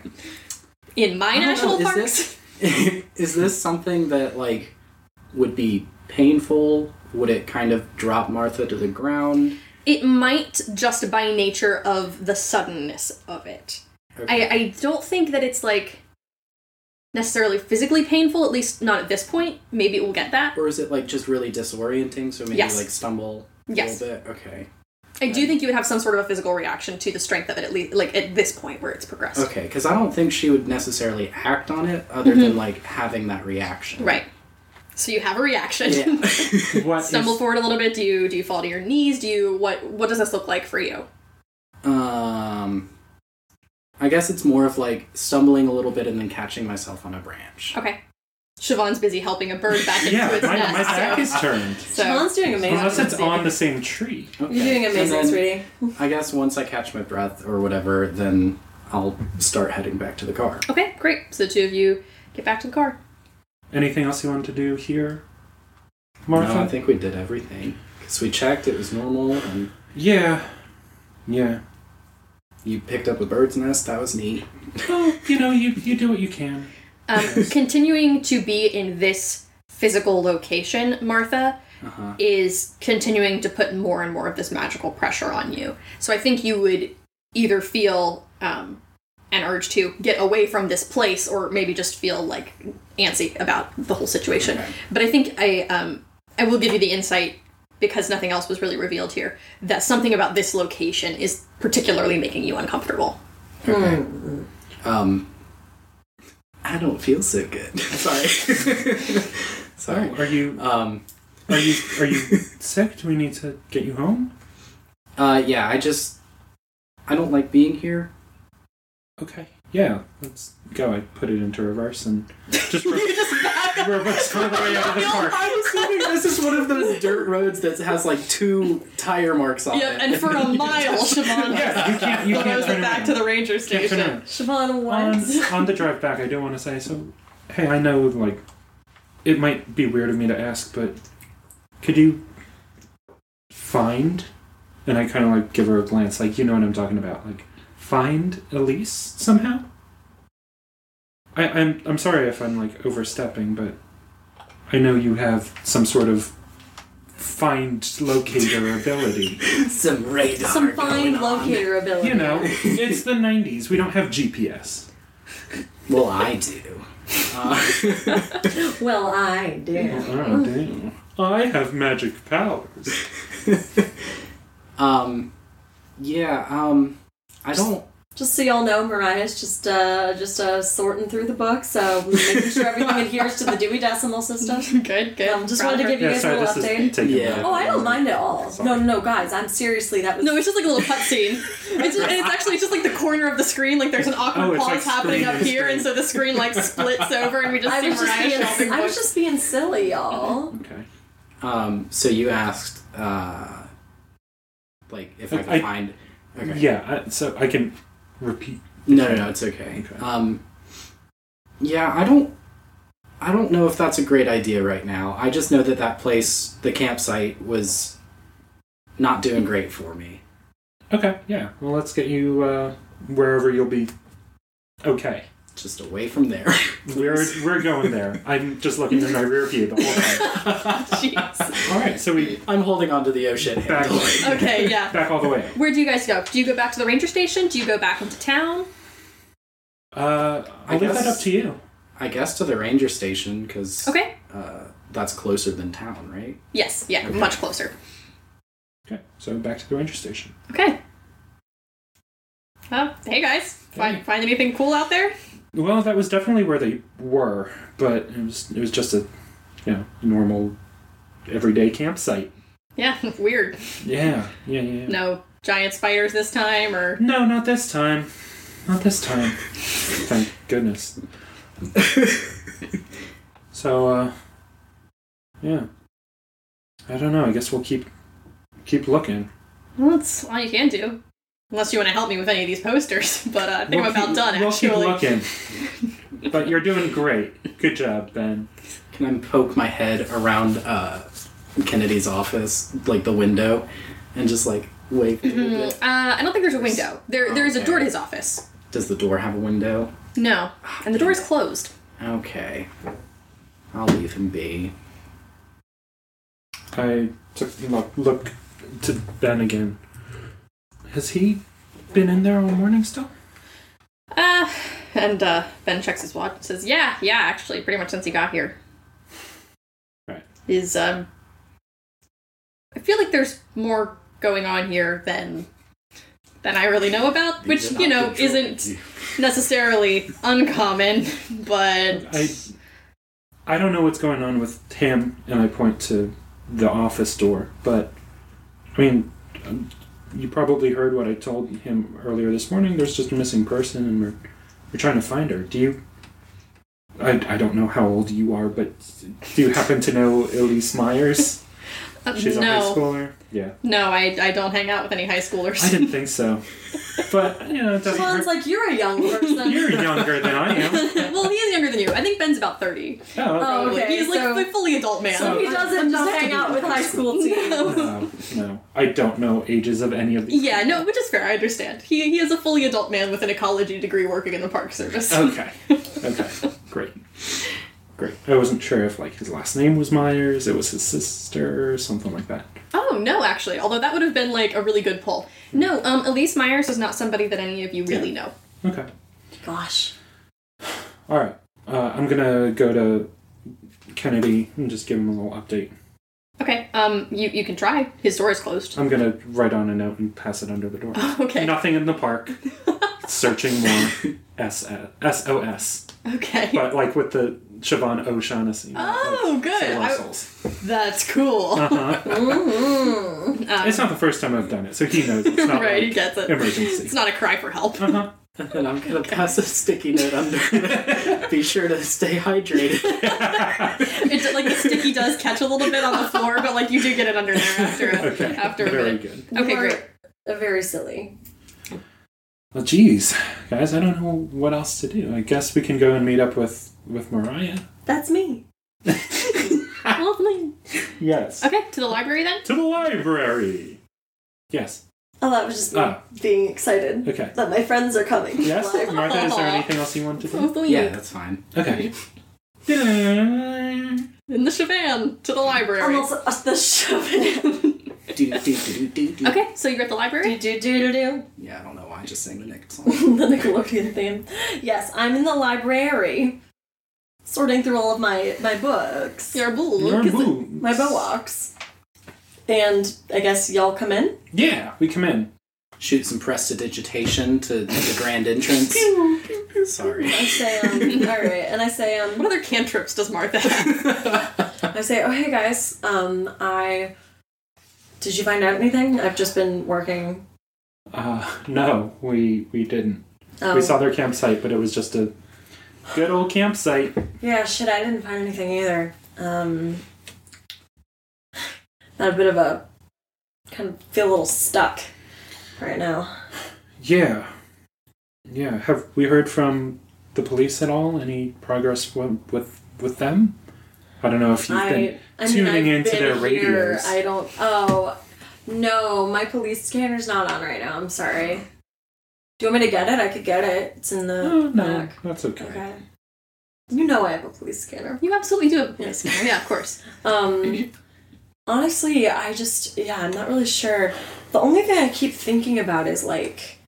Speaker 1: In my
Speaker 5: I
Speaker 1: national
Speaker 5: don't know,
Speaker 1: parks.
Speaker 5: Is this, (laughs) is this something that like would be painful? Would it kind of drop Martha to the ground?
Speaker 1: It might just by nature of the suddenness of it. I, I don't think that it's like necessarily physically painful, at least not at this point. Maybe it will get that.
Speaker 5: Or is it like just really disorienting? So maybe
Speaker 1: Yes.
Speaker 5: like stumble a
Speaker 1: Yes.
Speaker 5: little bit. Okay.
Speaker 1: I do think you would have some sort of a physical reaction to the strength of it, at least like at this point where it's progressed.
Speaker 5: Okay, because I don't think she would necessarily act on it other than like having that reaction.
Speaker 1: Mm-hmm. Right. So you have a reaction.
Speaker 5: Yeah.
Speaker 1: (laughs)
Speaker 4: What is-
Speaker 1: Stumble forward a little bit. Do you do you fall to your knees? Do you what what does this look like for you?
Speaker 5: um, I guess it's more of like stumbling a little bit and then catching myself on a branch.
Speaker 1: Okay. Siobhan's busy helping a bird (laughs) back into
Speaker 4: Yeah,
Speaker 1: its
Speaker 4: my,
Speaker 1: nest.
Speaker 4: my back is turned.
Speaker 1: so
Speaker 2: Sean's doing amazing.
Speaker 4: Unless it's
Speaker 2: sweetie.
Speaker 4: on the same tree.
Speaker 5: Okay.
Speaker 2: You're doing
Speaker 5: and
Speaker 2: amazing,
Speaker 5: then
Speaker 2: sweetie.
Speaker 5: I guess once I catch my breath or whatever, then I'll start heading back to the car.
Speaker 1: Okay, great. So the two of you get back to the car.
Speaker 4: Anything else you wanted to do here, Martha?
Speaker 5: No, I think we did everything because we checked; it was normal, and
Speaker 4: yeah, yeah.
Speaker 5: you picked up a bird's nest. That was neat.
Speaker 4: Well, you know, you you do what you can.
Speaker 1: Um, continuing to be in this physical location, Martha,
Speaker 5: Uh-huh.
Speaker 1: is continuing to put more and more of this magical pressure on you. So I think you would either feel um, an urge to get away from this place or maybe just feel like antsy about the whole situation.
Speaker 5: Okay.
Speaker 1: But I think I, um, I will give you the insight because nothing else was really revealed here that something about this location is particularly making you uncomfortable.
Speaker 5: Okay.
Speaker 2: Hmm.
Speaker 5: Um, I don't feel so
Speaker 2: (laughs)
Speaker 5: good. (laughs) Sorry. Sorry.
Speaker 4: Oh, are you
Speaker 5: Um,
Speaker 4: are you are you sick? Do we need to get you home?
Speaker 5: uh, yeah, I just I don't like being here.
Speaker 4: Okay. Yeah, let's go. I put it into reverse and just, re- reverse all the way out of the park.
Speaker 5: I'm assuming this is one of those dirt roads that has like two tire marks on it. (laughs)
Speaker 1: mile, Siobhan
Speaker 4: (laughs) Yeah,
Speaker 2: (laughs)
Speaker 4: you can't you can't turn around.
Speaker 1: the ranger
Speaker 4: Can't turn around.
Speaker 2: Siobhan,
Speaker 4: on,
Speaker 2: what?
Speaker 4: on the drive back, I do want to say so. Hey, I know like it might be weird of me to ask, but could you find? And I kind of like give her a glance, like you know what I'm talking about, like find Elise somehow. I, I'm I'm sorry if I'm like overstepping, but I know you have some sort of find locator ability.
Speaker 5: Some radar.
Speaker 2: Some fine
Speaker 5: going on.
Speaker 2: locator ability.
Speaker 4: You know, it's the '90s. We don't have GPS.
Speaker 5: Well, I do. Uh,
Speaker 2: Well, I do.
Speaker 4: Oh, damn. I have magic powers.
Speaker 5: um, yeah. Um, I don't.
Speaker 2: Just so y'all know, Mariah's just uh, just uh, sorting through the book, so (laughs) making sure everything adheres to the Dewey Decimal System.
Speaker 1: Good, good.
Speaker 2: Um, just
Speaker 1: Proud of
Speaker 2: wanted to
Speaker 1: her.
Speaker 2: give you
Speaker 4: Yeah,
Speaker 2: guys
Speaker 4: sorry,
Speaker 2: a little
Speaker 4: this is
Speaker 2: update.
Speaker 4: taking
Speaker 5: Yeah.
Speaker 4: a
Speaker 2: Oh, I don't mind at all.
Speaker 4: Sorry.
Speaker 2: No, no, no, guys, I'm seriously that was
Speaker 1: No, it's just like a little (laughs) cutscene. It's, just, it's actually just like the corner of the screen. Like there's an
Speaker 4: Oh,
Speaker 1: awkward
Speaker 4: it's
Speaker 1: pause
Speaker 4: like
Speaker 1: happening
Speaker 4: screen
Speaker 1: up
Speaker 4: and
Speaker 1: here,
Speaker 4: screen.
Speaker 1: and so the screen like splits over, and we just
Speaker 2: I
Speaker 1: see
Speaker 2: was just
Speaker 1: Mariah
Speaker 2: being
Speaker 1: shopping.
Speaker 2: I was
Speaker 1: books.
Speaker 2: just being silly, (laughs) y'all.
Speaker 4: Okay.
Speaker 5: Um, so you asked, uh, like if I could
Speaker 4: I-
Speaker 5: find. Okay.
Speaker 4: Yeah, I, so I can repeat.
Speaker 5: No, no, no, it's okay.
Speaker 4: Okay.
Speaker 5: Um, yeah, I don't, I don't know if that's a great idea right now. I just know that that place, the campsite, was not doing great for me.
Speaker 4: Okay, yeah. Well, let's get you uh, wherever you'll be okay.
Speaker 5: just away from there. (laughs)
Speaker 4: We're we're going there. I'm just
Speaker 1: (laughs)
Speaker 4: looking in my rear view the whole time.
Speaker 1: Jeez.
Speaker 4: All right, so we
Speaker 5: (laughs) I'm holding onto the ocean.
Speaker 4: back (laughs)
Speaker 1: Okay, yeah.
Speaker 4: back all the way.
Speaker 1: Where do you guys go? Do you go back to the ranger station? Do you go back into town?
Speaker 4: Uh, I'll
Speaker 5: I
Speaker 4: leave that
Speaker 5: guess-
Speaker 4: up to you.
Speaker 5: (laughs) I guess to the ranger station because
Speaker 1: Okay.
Speaker 5: uh, that's closer than town, right?
Speaker 1: Yes. Yeah.
Speaker 5: Okay.
Speaker 1: Much closer.
Speaker 4: Okay, so back to the ranger station.
Speaker 1: Okay. Oh, hey guys. Find find anything cool out there?
Speaker 4: Well, that was definitely where they were, but it was it was just a you know normal everyday campsite.
Speaker 1: Yeah. (laughs) Weird.
Speaker 4: Yeah, yeah, yeah. yeah.
Speaker 1: No giant spiders this time, or
Speaker 4: No, not this time. Not this time. Thank goodness. so, uh, yeah. I don't know. I guess we'll keep keep looking.
Speaker 1: well, that's all you can do. Unless you want to help me with any of these posters, (laughs) but uh, I think I'm
Speaker 4: we'll
Speaker 1: about
Speaker 4: keep,
Speaker 1: done.
Speaker 4: We'll
Speaker 1: actually.
Speaker 4: keep looking. but you're doing great. Good job, Ben.
Speaker 5: Can I poke my head around uh, Kennedy's office, like the window, and just like wave? a little
Speaker 1: Mm,
Speaker 5: bit?
Speaker 1: uh, I don't think there's a window. There, there is a door to
Speaker 5: Okay.
Speaker 1: his office.
Speaker 5: Does the door have a window?
Speaker 1: No, and the door is closed.
Speaker 5: Okay. I'll leave him be.
Speaker 4: I took look look to Ben again. Has he been in there all morning still?
Speaker 1: Uh, and uh, Ben checks his watch. and Says, "Yeah, yeah, actually, pretty much since he got here."
Speaker 4: Right.
Speaker 1: Is um, I feel like there's more going on here than than I really know about, which you know isn't necessarily uncommon, (laughs) but
Speaker 4: I I don't know what's going on with him, and I point to the office door. But I mean, um, you probably heard what I told him earlier this morning. There's just a missing person, and we're we're trying to find her. Do you? I, I don't know how old you are, but do you happen to know Elise Myers?
Speaker 1: (laughs) uh,
Speaker 4: She's a high
Speaker 1: no,
Speaker 4: schooler. Yeah,
Speaker 1: no, I I don't hang out with any high schoolers. (laughs)
Speaker 4: I didn't think so, but you know, it doesn't
Speaker 2: Sean's
Speaker 4: hurt.
Speaker 2: like, you're a young person.
Speaker 4: You're younger than I
Speaker 2: (laughs)
Speaker 4: am.
Speaker 1: well, he is younger than you. I think Ben's about thirty.
Speaker 4: Oh,
Speaker 2: Oh,
Speaker 4: okay.
Speaker 1: Like,
Speaker 2: Okay,
Speaker 1: he's like
Speaker 2: so-
Speaker 1: a fully adult man.
Speaker 2: so (laughs) he doesn't just hang out with high (laughs) school teens.
Speaker 4: No, no, I don't know ages of any of these.
Speaker 1: Yeah, no, which is fair. I understand. He he is a fully adult man with an ecology degree working in the park service.
Speaker 4: Okay. Okay. Great. Great. I wasn't sure if like his last name was Myers, it was his sister, or something like that.
Speaker 1: Oh no, actually, although that would have been like a really good pull.
Speaker 5: Hmm.
Speaker 1: No, um, Elise Myers is not somebody that any of you really know.
Speaker 4: Okay.
Speaker 2: Gosh.
Speaker 4: All right. Uh, I'm gonna go to Kennedy and just give him a little update.
Speaker 1: Okay, um, you you can try. His door is closed.
Speaker 4: I'm gonna write on a note and pass it under the door.
Speaker 1: (laughs) Okay.
Speaker 4: Nothing in
Speaker 1: (laughs)
Speaker 4: the park. Searching more. S uh, S O S.
Speaker 1: Okay.
Speaker 4: But like with the Siobhan O'Shaughnessy.
Speaker 1: Oh, good. I- that's cool. (laughs) Um,
Speaker 4: uh-huh. It's not the first time I've done it, so he knows it's not
Speaker 1: (laughs) right, he
Speaker 4: like,
Speaker 1: gets it.
Speaker 4: emergency.
Speaker 1: It's not a cry for help. (laughs)
Speaker 4: Uh-huh.
Speaker 5: And I'm gonna pass a sticky note (laughs) under. Be sure to
Speaker 2: (laughs)
Speaker 5: stay hydrated.
Speaker 4: Uh-huh.
Speaker 1: (laughs) It's like the sticky does catch a little bit on the floor, but like you do get it under there after
Speaker 4: (laughs)
Speaker 1: a, after a
Speaker 4: Very
Speaker 1: minute.
Speaker 4: good.
Speaker 1: Okay,
Speaker 2: You are
Speaker 1: great.
Speaker 2: a Very silly.
Speaker 4: Well, geez, guys, I don't know what else to do. I guess we can go and meet up with with Mariah.
Speaker 2: That's me.
Speaker 1: Lovely.
Speaker 4: Yes.
Speaker 1: Okay, to the library then.
Speaker 4: To the library. Yes.
Speaker 2: Oh, that was just me
Speaker 4: Ah.
Speaker 2: being excited
Speaker 4: Okay.
Speaker 2: that my friends are coming.
Speaker 4: Yes.
Speaker 2: Live.
Speaker 4: Martha, is there anything else you want
Speaker 1: (laughs)
Speaker 4: to do?
Speaker 5: yeah, that's fine.
Speaker 4: Okay.
Speaker 1: In the Chevan to the library.
Speaker 2: Almost uh, the (laughs) shoving.
Speaker 5: Do, do, do, do, do.
Speaker 1: Okay, so you're at the library.
Speaker 2: do do do do do.
Speaker 5: Yeah, I don't know why I just sang the next song.
Speaker 2: (laughs) the Nickelodeon theme. Yes, I'm in the library, sorting through all of my my books,
Speaker 1: Your bull.
Speaker 4: Your
Speaker 1: is-
Speaker 4: boo.
Speaker 2: my box, and I guess y'all come in.
Speaker 4: Yeah, we come in.
Speaker 5: Shoot some prestidigitation to the grand entrance. Sorry.
Speaker 2: I say, um, all right, and I say,
Speaker 1: What
Speaker 2: um,
Speaker 1: other cantrips does Martha have?
Speaker 2: I say, oh hey guys, um, I did you find out anything? I've just been working.
Speaker 4: Uh, (laughs) no, we we didn't.
Speaker 2: Um,
Speaker 4: We saw their campsite, but it was just a good old campsite.
Speaker 2: Yeah, shit, I didn't find anything either. Um, had a bit of a kind of feel a little stuck right now.
Speaker 4: Yeah. Yeah. Have we heard from the police at all? Any progress w- with with them? I don't know if you've been
Speaker 2: I, I mean,
Speaker 4: tuning
Speaker 2: I've
Speaker 4: into
Speaker 2: been
Speaker 4: their
Speaker 2: here.
Speaker 4: radios.
Speaker 2: I don't. Oh, no, my police scanner's not on right now. I'm sorry. Do you want me to get it? I could get it. It's in the
Speaker 4: Oh, no,
Speaker 2: back.
Speaker 4: that's okay.
Speaker 2: Okay. You know I have a police scanner.
Speaker 1: You absolutely do have a
Speaker 2: Yeah.
Speaker 1: police scanner. Yeah, of course.
Speaker 2: Um, honestly, I just yeah, I'm not really sure. The only thing I keep thinking about is like,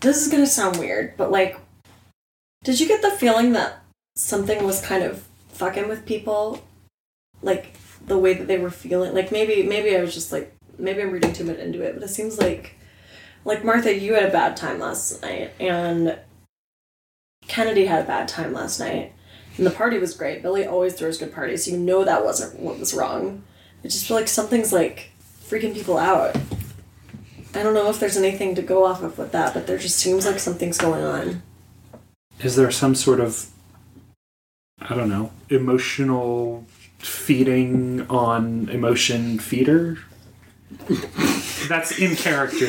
Speaker 2: this is gonna sound weird, but like, did you get the feeling that something was kind of fucking with people, like the way that they were feeling? Like maybe maybe I was just like maybe I'm reading too much into it, but it seems like like Martha, you had a bad time last night, and Kennedy had a bad time last night. And the party was great. Billy always throws good parties. You know that wasn't what was wrong. I just feel like something's like freaking people out. I don't know if there's anything to go off of with that, but there just seems like something's going on.
Speaker 4: Is there some sort of, I don't know, emotional feeding on emotion feeder? That's in character,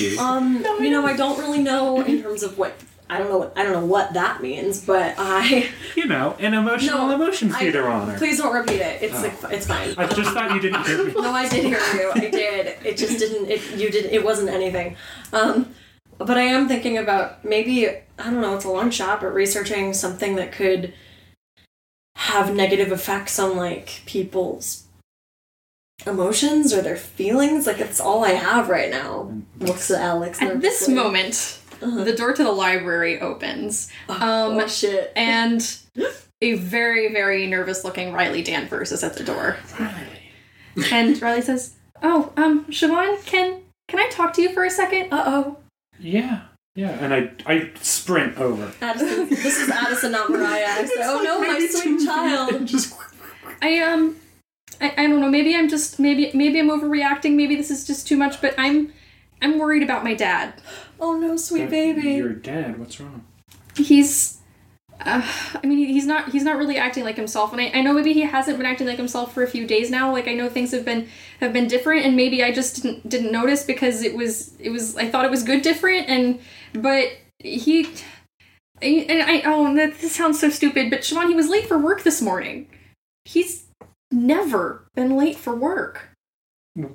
Speaker 2: (laughs)
Speaker 4: you.
Speaker 2: Um, you know, I don't really know in terms of what I don't know. What, I don't know what that means, but I (laughs)
Speaker 4: You know, an emotional
Speaker 2: No,
Speaker 4: emotion feeder
Speaker 2: I,
Speaker 4: on her.
Speaker 2: Please don't repeat it. It's like it's fine.
Speaker 4: I just thought you didn't hear me.
Speaker 2: (laughs) No, I did hear you. I did. It just didn't. It you did. It wasn't anything. Um, but I am thinking about maybe I don't know. It's a long shot, but researching something that could have negative effects on like people's emotions or their feelings. Like it's all I have right now. Looks at Alex
Speaker 1: At this
Speaker 2: nervously.
Speaker 1: moment,
Speaker 2: Uh-huh.
Speaker 1: the door to the library opens,
Speaker 2: Oh,
Speaker 1: um,
Speaker 2: shit.
Speaker 1: and a very, very nervous-looking Riley Danvers is at the door. And Riley says, "Oh, um, Siobhan, can can I talk to you for a second? Uh oh."
Speaker 4: Yeah, yeah, and I I sprint over.
Speaker 2: Addison, this is Addison,
Speaker 1: (laughs)
Speaker 2: not Mariah. I said, oh no, my
Speaker 4: (laughs)
Speaker 2: sweet child.
Speaker 4: Just
Speaker 1: I um I, I don't know, maybe I'm just maybe maybe I'm overreacting, maybe this is just too much, but I'm I'm worried about my dad.
Speaker 2: Oh no, sweet baby.
Speaker 4: Your dad. What's wrong?
Speaker 1: He's uh, I mean he's not he's not really acting like himself and I, I know maybe he hasn't been acting like himself for a few days now. Like I know things have been have been different and maybe I just didn't didn't notice because it was it was I thought it was good different and but he and I oh that this sounds so stupid, but Siobhan, he was late for work this morning. He's never been late for work.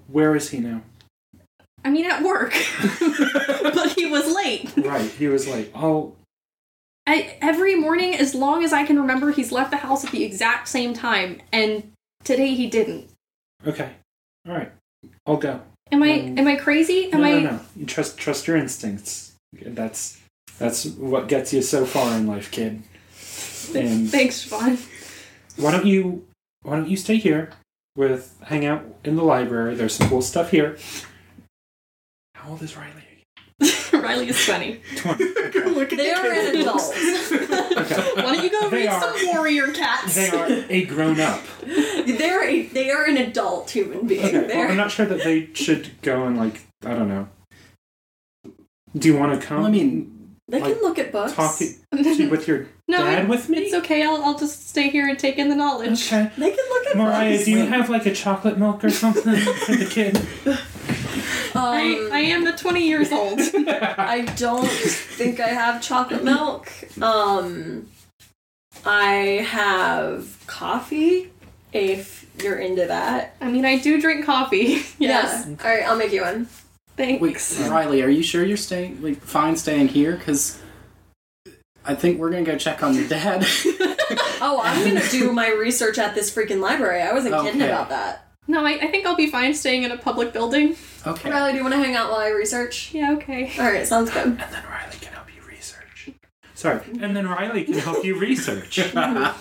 Speaker 4: Where is he now?
Speaker 1: I mean, at work, (laughs) but he was late.
Speaker 4: Right, he was like, oh,
Speaker 1: I, every morning, as long as I can remember, he's left the house at the exact same time, and today he didn't.
Speaker 4: okay, all right, I'll go.
Speaker 1: Am I
Speaker 4: Um,
Speaker 1: am I crazy? Am
Speaker 4: no,
Speaker 1: I
Speaker 4: no, no. You trust trust your instincts. That's that's what gets you so far in life, kid. And
Speaker 1: thanks, Siobhan.
Speaker 4: why don't you why don't you stay here with hang out in the library? There's some cool stuff here. How old is Riley?
Speaker 1: (laughs) Riley is
Speaker 4: (laughs)
Speaker 1: funny.
Speaker 4: Twenty. Okay.
Speaker 2: They are an adult.
Speaker 4: okay.
Speaker 1: Why don't you
Speaker 2: Oh,
Speaker 1: go
Speaker 4: They
Speaker 1: read
Speaker 4: are-
Speaker 1: some warrior cats?
Speaker 4: They are a grown up.
Speaker 2: They're a, they are an adult human being.
Speaker 4: Okay. Well,
Speaker 2: They're
Speaker 4: I'm not sure that they should go and like I don't know. Do you want to come?
Speaker 5: Well, I mean,
Speaker 2: they can
Speaker 4: like,
Speaker 2: look at
Speaker 1: (laughs)
Speaker 2: books.
Speaker 4: talk it- to- with your
Speaker 1: No,
Speaker 4: dad
Speaker 1: it-
Speaker 4: with me.
Speaker 1: it's okay. I'll, I'll just stay here and take in the knowledge.
Speaker 4: okay.
Speaker 2: They can look at
Speaker 4: Mariah,
Speaker 2: books.
Speaker 4: do you have like a chocolate milk
Speaker 1: (laughs)
Speaker 4: or something for the kid?
Speaker 1: I,
Speaker 2: Um,
Speaker 1: I
Speaker 2: I,
Speaker 1: am the twenty years old.
Speaker 2: don't think I have chocolate milk. Um, I have coffee. If you're into that,
Speaker 1: I mean, I do drink coffee. (laughs) Yes.
Speaker 2: Yeah. All right, I'll make you one.
Speaker 1: Thanks.
Speaker 5: wait, Riley, are you sure you're staying like fine staying here? Because I think we're gonna go check on your dad. (laughs)
Speaker 2: Oh, I'm gonna (laughs) do my research at this freaking library. I wasn't kidding
Speaker 5: Okay.
Speaker 2: about that.
Speaker 1: No, I, I think I'll be fine staying in a public building.
Speaker 5: okay.
Speaker 2: Riley, do you want to hang out while I research?
Speaker 1: Yeah, okay.
Speaker 2: All right, sounds good.
Speaker 4: And then Riley can help you research. Sorry. And then Riley can help you research.
Speaker 1: (laughs)
Speaker 2: I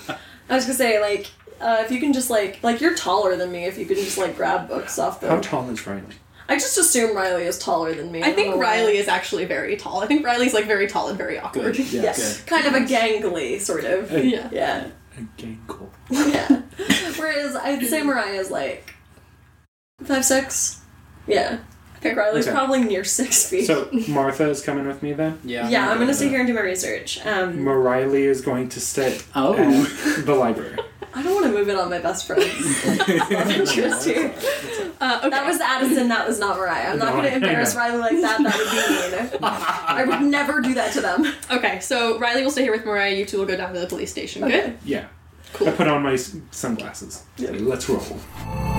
Speaker 2: was gonna say like. Uh, if you can just like like you're taller than me, if you can just like grab books off the
Speaker 4: How tall is Riley?
Speaker 2: I just assume Riley is taller than me.
Speaker 1: I
Speaker 4: Oh,
Speaker 1: think Riley is actually very tall. I think Riley's like very tall and very awkward.
Speaker 5: Good. Yeah,
Speaker 2: Yes, kind of a gangly sort of.
Speaker 4: Hey.
Speaker 1: Yeah.
Speaker 2: Yeah,
Speaker 4: A gankle.
Speaker 2: yeah. Whereas I'd say Mariah is like five six. Yeah, I think Riley's
Speaker 4: Okay.
Speaker 2: probably near six feet.
Speaker 4: So Martha is coming with me then?
Speaker 5: good. Yeah.
Speaker 2: yeah, I'm gonna stay here and do my research. Um,
Speaker 4: Riley is going to stay
Speaker 5: Oh.
Speaker 4: at
Speaker 1: (laughs)
Speaker 4: the library.
Speaker 2: I don't want to move in on my best
Speaker 4: (laughs)
Speaker 2: friends. Interesting.
Speaker 1: Uh, okay.
Speaker 2: That was Addison. That was not Mariah. I'm not
Speaker 4: No,
Speaker 2: gonna
Speaker 4: I
Speaker 2: embarrass
Speaker 4: know.
Speaker 2: Riley like that. That would
Speaker 4: (laughs)
Speaker 2: be mean. I would never do that to them.
Speaker 1: okay, so Riley will stay here with Mariah. You two will go down to the police station. Good?
Speaker 4: Yeah.
Speaker 1: Cool.
Speaker 4: I put on my s- sunglasses. Let's roll.